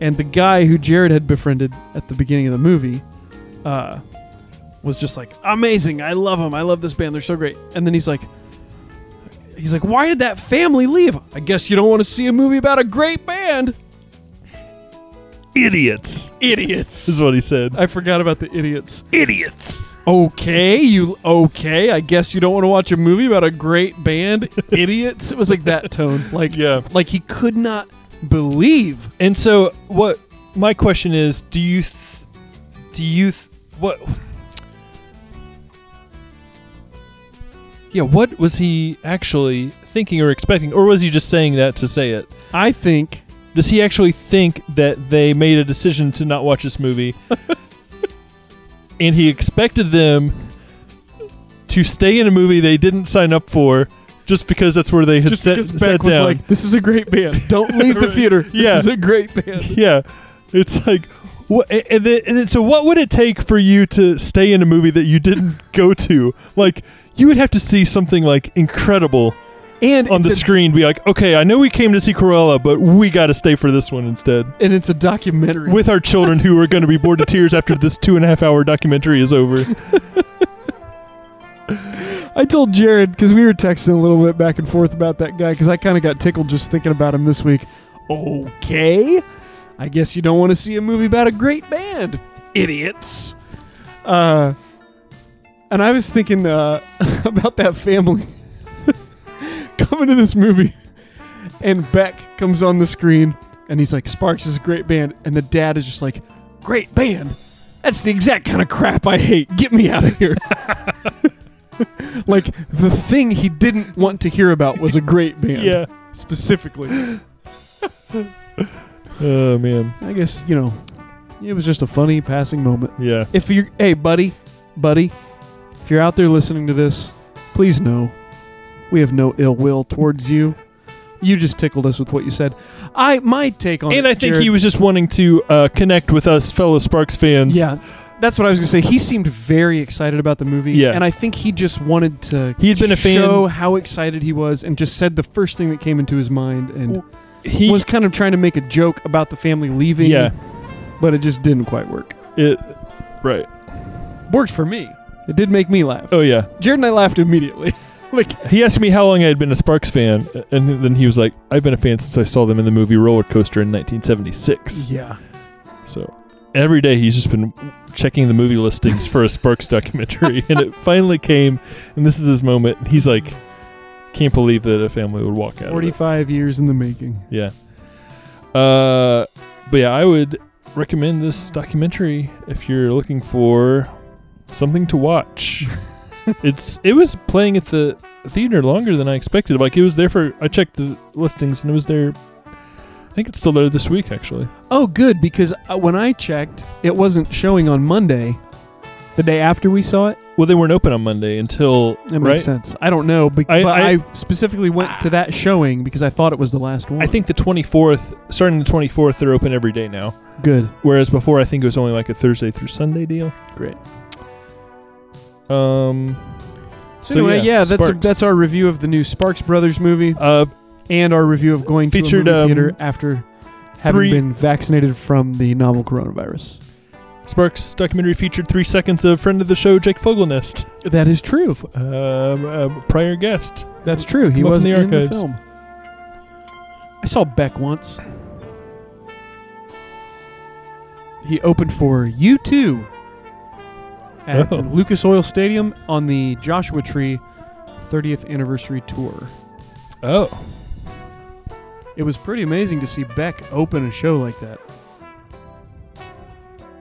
B: and the guy who Jared had befriended at the beginning of the movie, uh, was just like, "Amazing! I love them. I love this band. They're so great." And then he's like, "He's like, why did that family leave? I guess you don't want to see a movie about a great band,
A: idiots
B: idiots."
A: is what he said.
B: I forgot about the idiots.
A: idiots.
B: Okay, you okay? I guess you don't want to watch a movie about a great band, idiots. It was like that tone, like
A: Yeah.
B: like he could not believe
A: And so what? My question is: Do you, th- do you, th- what? Yeah. What was he actually thinking or expecting, or was he just saying that to say it?
B: I think
A: Does he actually think that they made a decision to not watch this movie? and he expected them to stay in a movie they didn't sign up for just because that's where they had
B: just
A: set,
B: because Beck
A: sat
B: was
A: down.
B: like, "This is a great band. Don't leave the theater.
A: Yeah.
B: This is a great band."
A: yeah. It's like what and then, and then so what would it take for you to stay in a movie that you didn't go to? Like you would have to see something like incredible
B: And
A: on
B: it's
A: the
B: a-
A: screen. Be like, okay, I know we came to see Cruella, but we got to stay for this one instead
B: and it's a documentary.
A: with our children who are going to be bored to tears after this two and a half hour documentary is over.
B: I told Jared because we were texting a little bit back and forth about that guy because I kind of got tickled just thinking about him this week. Okay, I guess you don't want to see a movie about a great band, idiots. Uh, and I was thinking uh, about that family coming to this movie, and Beck comes on the screen and he's like, "Sparks is a great band," and the dad is just like, "Great band." That's the exact kind of crap I hate. Get me out of here like the thing he didn't want to hear about was a great band
A: Yeah.
B: specifically
A: Oh man.
B: i guess you know it was just a funny passing moment
A: Yeah.
B: if you're hey buddy buddy if you're out there listening to this please know we have no ill will towards you you just tickled us with what you said i my take on
A: And
B: it,
A: I think
B: Oh, Jared-
A: he was just wanting to uh, connect with us fellow Sparks fans.
B: yeah that's what i was gonna say he seemed very excited about the movie
A: Yeah.
B: and i think he just wanted to
A: He had been a fan-
B: show how excited he was and just said the first thing that came into his mind and
A: He
B: was kind of trying to make a joke about the family leaving.
A: Yeah.
B: But it just didn't quite work.
A: It. Right.
B: Worked for me. It did make me laugh.
A: Oh yeah.
B: Jared and I laughed immediately. like,
A: He asked me how long I had been a Sparks fan, and then he was like, "I've been a fan since I saw them in the movie Roller Coaster in 1976."
B: yeah.
A: So every day he's just been checking the movie listings for a Sparks documentary, and it finally came. And this is his moment. He's like, "Can't believe that a family would walk out." of it."
B: 45 years in the making.
A: Yeah. Uh, but yeah, I would recommend this documentary if you're looking for something to watch. it's it was playing at the theater longer than I expected. Like it was there for I checked the listings and it was there. I think it's still there this week actually.
B: Oh, good, because uh, when I checked, it wasn't showing on Monday, the day after we saw it.
A: Well, they weren't open on Monday until
B: That
A: right.
B: makes sense. I don't know, but
A: I-
B: but I,
A: I-
B: specifically went to that showing because I thought it was the last one.
A: I think the 24th, starting the 24th, they're open every day now.
B: Good.
A: Whereas before, I think it was only like a Thursday through Sunday deal.
B: Great.
A: Um.
B: So, anyway, yeah, that's,
A: Sparks.
B: that's our review of the new Sparks Brothers movie.
A: uh,
B: and our review of going
A: Featured,
B: to a movie
A: um,
B: theater after having
A: three-
B: been vaccinated from the novel coronavirus.
A: Sparks documentary featured three seconds of friend of the show Jake Fogelnest,
B: That is true.
A: um, uh, prior guest.
B: That's true. He
A: Come up
B: was
A: in
B: in
A: the
B: the,
A: archives.
B: film. I saw Beck once. He opened for U2 at
A: Oh.
B: the Lucas Oil Stadium on the Joshua Tree 30th anniversary tour.
A: Oh,
B: It was pretty amazing to see Beck open a show like that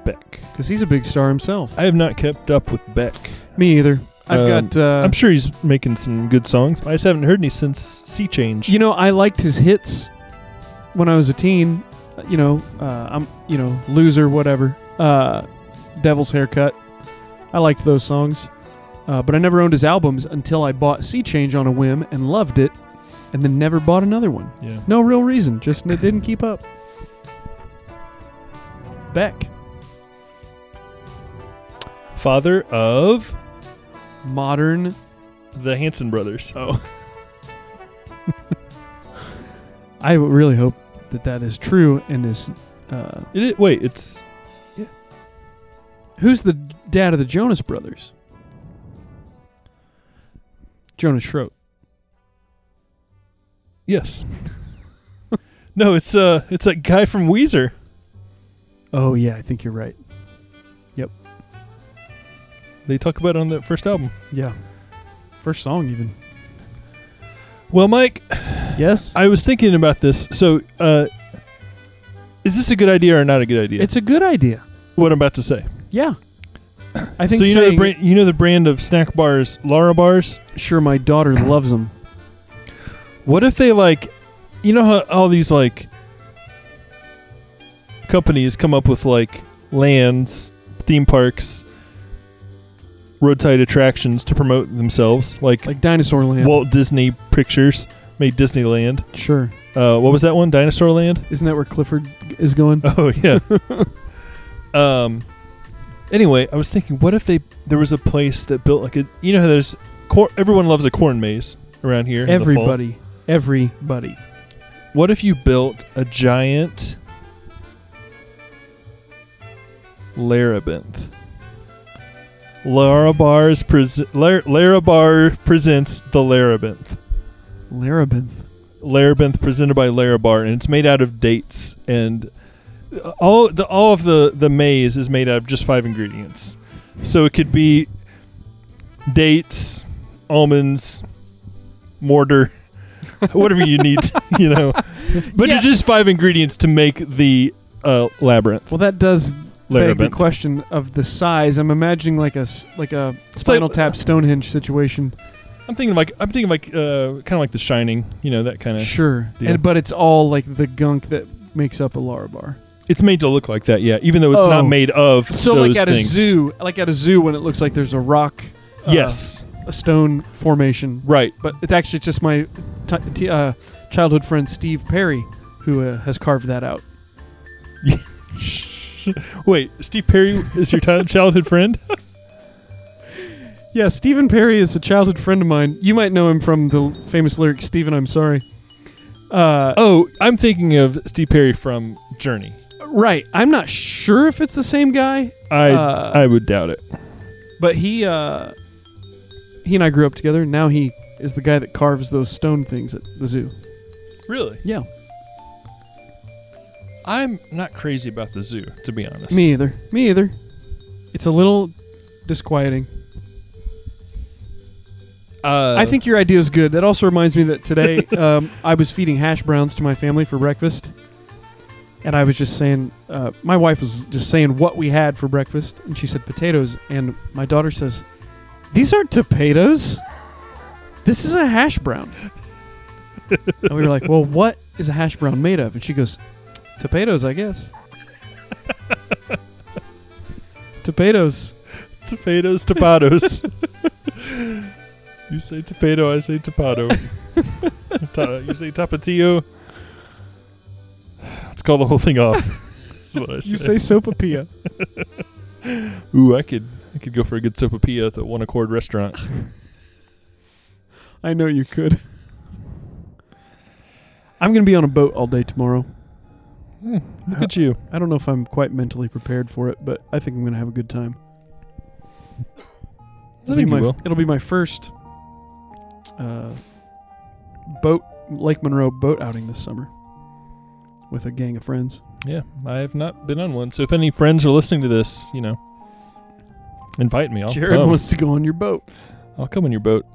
A: Beck.
B: because he's a big star himself.
A: I have not kept up with Beck.
B: Me either. I've
A: Um,
B: got. Uh,
A: I'm sure he's making some good songs, but I just haven't heard any since Sea Change.
B: You know, I liked his hits when I was a teen. You know, uh, I'm you know loser, whatever. Uh, Devil's haircut. I liked those songs, uh, but I never owned his albums until I bought Sea Change on a whim and loved it, and then never bought another one.
A: yeah.
B: No real reason, just n- didn't keep up. Beck,
A: Father of
B: modern.
A: the Hanson brothers.
B: Oh, I really hope that that is true and is. Uh,
A: It i- wait, it's
B: Who's the dad of the Jonas Brothers? Jonas Schroet.
A: yes. no, it's uh, it's that guy from Weezer.
B: Oh yeah, I think you're right.
A: They talk about it on that first album.
B: Yeah. First song even.
A: Well, Mike,
B: Yes.
A: I was thinking about this. So, uh, is this a good idea or not a good idea?
B: It's a good idea.
A: what I'm about to say.
B: Yeah. I think
A: so. You know the
B: saying-
A: brand. You know the brand of snack bars, Lara bars.
B: Sure, my daughter loves them.
A: What if they like, you know how all these like companies come up with like lands, theme parks, roadside attractions to promote themselves, like,
B: Like Dinosaur Land.
A: Walt Disney Pictures made Disneyland.
B: sure.
A: Uh, what was that one? Dinosaur Land.
B: Isn't that where Clifford is going?
A: Oh yeah. um. Anyway, I was thinking, what if they there was a place that built like a you know how there's cor- everyone loves a corn maze around here. in the fall.
B: Everybody, everybody.
A: What if you built a giant Larabinth? Larabar's pres- Lar- Larabar presents the Larabinth.
B: Larabinth.
A: Larabinth presented by Larabar, and it's made out of dates and all the all of the the maize is made out of just five ingredients. So it could be dates, almonds, mortar, whatever you need, you know. But
B: Yeah.
A: it's just five ingredients to make the uh, labyrinth.
B: Well, that does beg the
A: Labyrinth.
B: question of the size. I'm imagining like a s- like uh, a Spinal Tap Stonehenge situation.
A: I'm thinking like I'm thinking like uh, kind of like The Shining, you know, that kind of.
B: Sure,
A: Yeah.
B: and but it's all like the gunk that makes up a Larabar.
A: It's made to look like that, yeah. Even though it's
B: Oh.
A: not made of
B: So
A: those
B: like at
A: things.
B: a zoo, like at a zoo when it looks like there's a rock. uh,
A: Yes,
B: a stone formation.
A: right.
B: But it's actually just my t- t- uh, childhood friend Steve Perry who uh, has carved that out.
A: Wait, Steve Perry is your ti- childhood friend?
B: Yeah, Stephen Perry is a childhood friend of mine. You might know him from the famous lyric "Stephen, I'm sorry." Uh,
A: Oh, I'm thinking of Steve Perry from Journey.
B: right. I'm not sure if it's the same guy,
A: I
B: Uh,
A: I would doubt it.
B: but he uh, he and I grew up together. And now he is the guy that carves those stone things at the zoo.
A: Really?
B: Yeah,
A: I'm not crazy about the zoo, to be honest.
B: me either. Me either. It's a little disquieting.
A: Uh,
B: I think your idea is good. That also reminds me that today um, I was feeding hash browns to my family for breakfast, and I was just saying, uh, my wife was just saying what we had for breakfast, and she said potatoes, and my daughter says, "These aren't potatoes. This is a hash brown." and we were like, "Well, what is a hash brown made of?" And she goes, "Potatoes, I guess." Potatoes.
A: Tomatoes, tapados. you say tomato, I say tapado. Ta- you say tapatio. Let's call the whole thing off. That's what I say.
B: You say sopapilla.
A: Ooh, I could I could go for a good sopapilla at the One Accord restaurant.
B: I know you could. I'm going to be on a boat all day tomorrow.
A: Look at you.
B: I don't know if I'm quite mentally prepared for it, but I think I'm going to have a good time.
A: I
B: be
A: think
B: my,
A: you will.
B: It'll be my first uh, boat Lake Monroe boat outing this summer with a gang of friends.
A: Yeah, I have not been on one. So if any friends are listening to this, you know, invite me. I'll
B: Jared
A: come.
B: wants to go on your boat.
A: I'll come in your boat.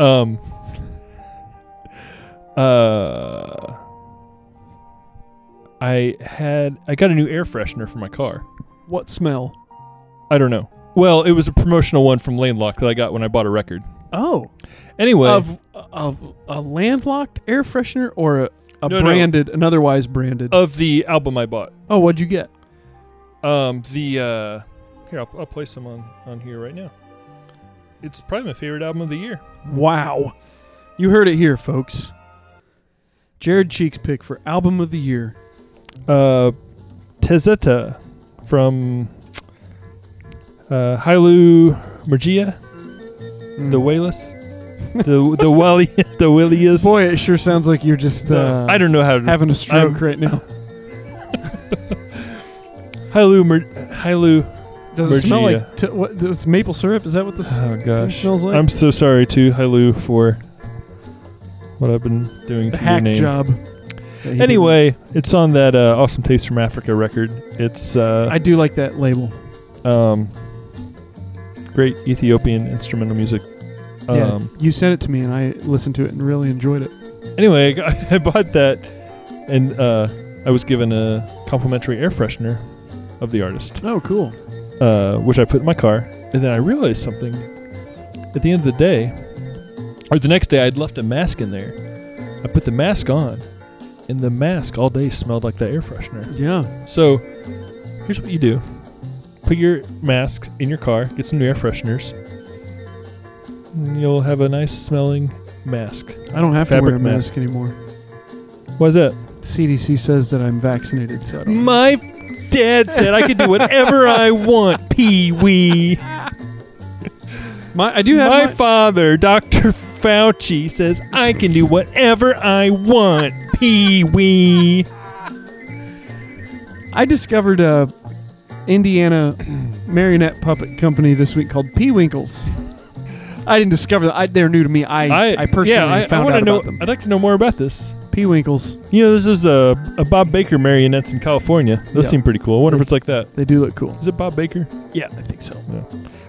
A: Um. Uh. I had I got a new air freshener for my car.
B: What smell?
A: I don't know. Well, it was a promotional one from Landlock that I got when I bought a record.
B: Oh,
A: Anyway,
B: of of a landlocked air freshener or a, a
A: No, Uh, no.
B: branded, an otherwise branded.
A: of the album I bought.
B: oh, what'd you get?
A: Um, the uh, here I'll, I'll play some on on here right now. It's probably my favorite album of the year.
B: Wow. You heard it here, folks. Jared Cheek's pick for album of the year.
A: uh, Tezeta from uh, Hailu Mergia, Mm. the
B: Hmm.
A: Wayless, the the Wally, the Willias.
B: Boy, it sure sounds like you're just uh,
A: I don't know how to.
B: having a stroke
A: I'm-
B: right now.
A: Hailu Mer, Hailu.
B: Does it smell
A: Virginia.
B: like t- what? It's maple syrup? Is that what this?
A: Oh
B: It
A: gosh,
B: smells like-
A: I'm so sorry to Hailu for what I've been doing
B: the
A: to your
B: hack
A: name.
B: job. that he
A: Anyway, it's on that uh, Awesome Taste from Africa record. It's
B: did.
A: uh,
B: I do like that label.
A: um, great Ethiopian instrumental music. Um,
B: Yeah, you sent it to me, and I listened to it and really enjoyed it.
A: anyway, I, got- I bought that, and uh, I was given a complimentary air freshener of the artist,
B: Oh, cool.
A: uh, which I put in my car. And then I realized something. At the end of the day, or the next day, I'd left a mask in there. I put the mask on, and the mask all day smelled like the air freshener.
B: Yeah.
A: So, here's what you do: put your masks in your car, get some new air fresheners, and you'll have a nice smelling mask.
B: I don't have to
A: Fabric
B: wear a mask, anymore.
A: Why's that?
B: CDC says that I'm vaccinated, so I don't.
A: My dad said I could do whatever I want, Pee Wee.
B: My, I do have
A: my
B: my,
A: father, Dr. Fauci, says I can do whatever I want. Pee wee.
B: I discovered a Indiana marionette puppet company this week called Peewinkles. I didn't discover them. I, they're new to me. I, I, personally
A: yeah, I,
B: found
A: I wanna
B: out
A: know,
B: about them.
A: I'd like to know more about this.
B: Peewinkles.
A: You know, there's those uh, a Bob Baker marionettes in California. Those
B: Yeah.
A: seem pretty cool. I wonder if it's like that.
B: They do look cool.
A: Is it Bob Baker?
B: Yeah, I think so.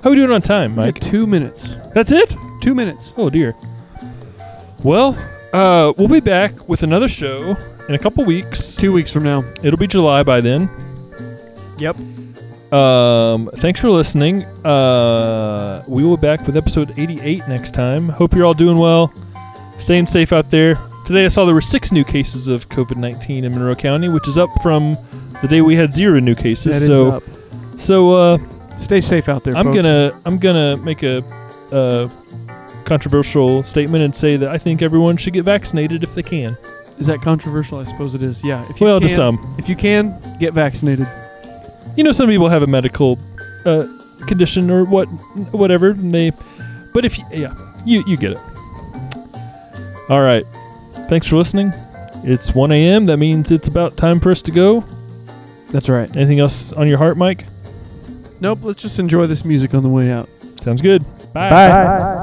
A: How we doing on time,
B: Like
A: Mike?
B: two minutes.
A: That's it?
B: Two minutes.
A: Oh dear. Well, uh, we'll be back with another show in a couple weeks.
B: Two weeks from now.
A: It'll be July by then.
B: Yep.
A: Um, thanks for listening. Uh, we will be back with episode 88 next time. Hope you're all doing well, staying safe out there. Today I saw there were six new cases of COVID 19 in Monroe County, which is up from the day we had zero new
B: That
A: cases.
B: is
A: so,
B: up.
A: so uh,
B: Stay safe out there.
A: I'm
B: folks.
A: gonna I'm gonna make a uh, controversial statement and say that I think everyone should get vaccinated if they can.
B: Is that controversial? I suppose it is. Yeah. If you
A: well,
B: can,
A: to some,
B: If you can, get vaccinated.
A: you know, some people have a medical uh, condition or what, whatever. And they, but if you, yeah, you you get it. All right, thanks for listening. It's 1 a.m. That means it's about time for us to go.
B: That's right.
A: Anything else on your heart, Mike?
B: Nope. Let's just enjoy this music on the way out.
A: Sounds good.
E: Bye.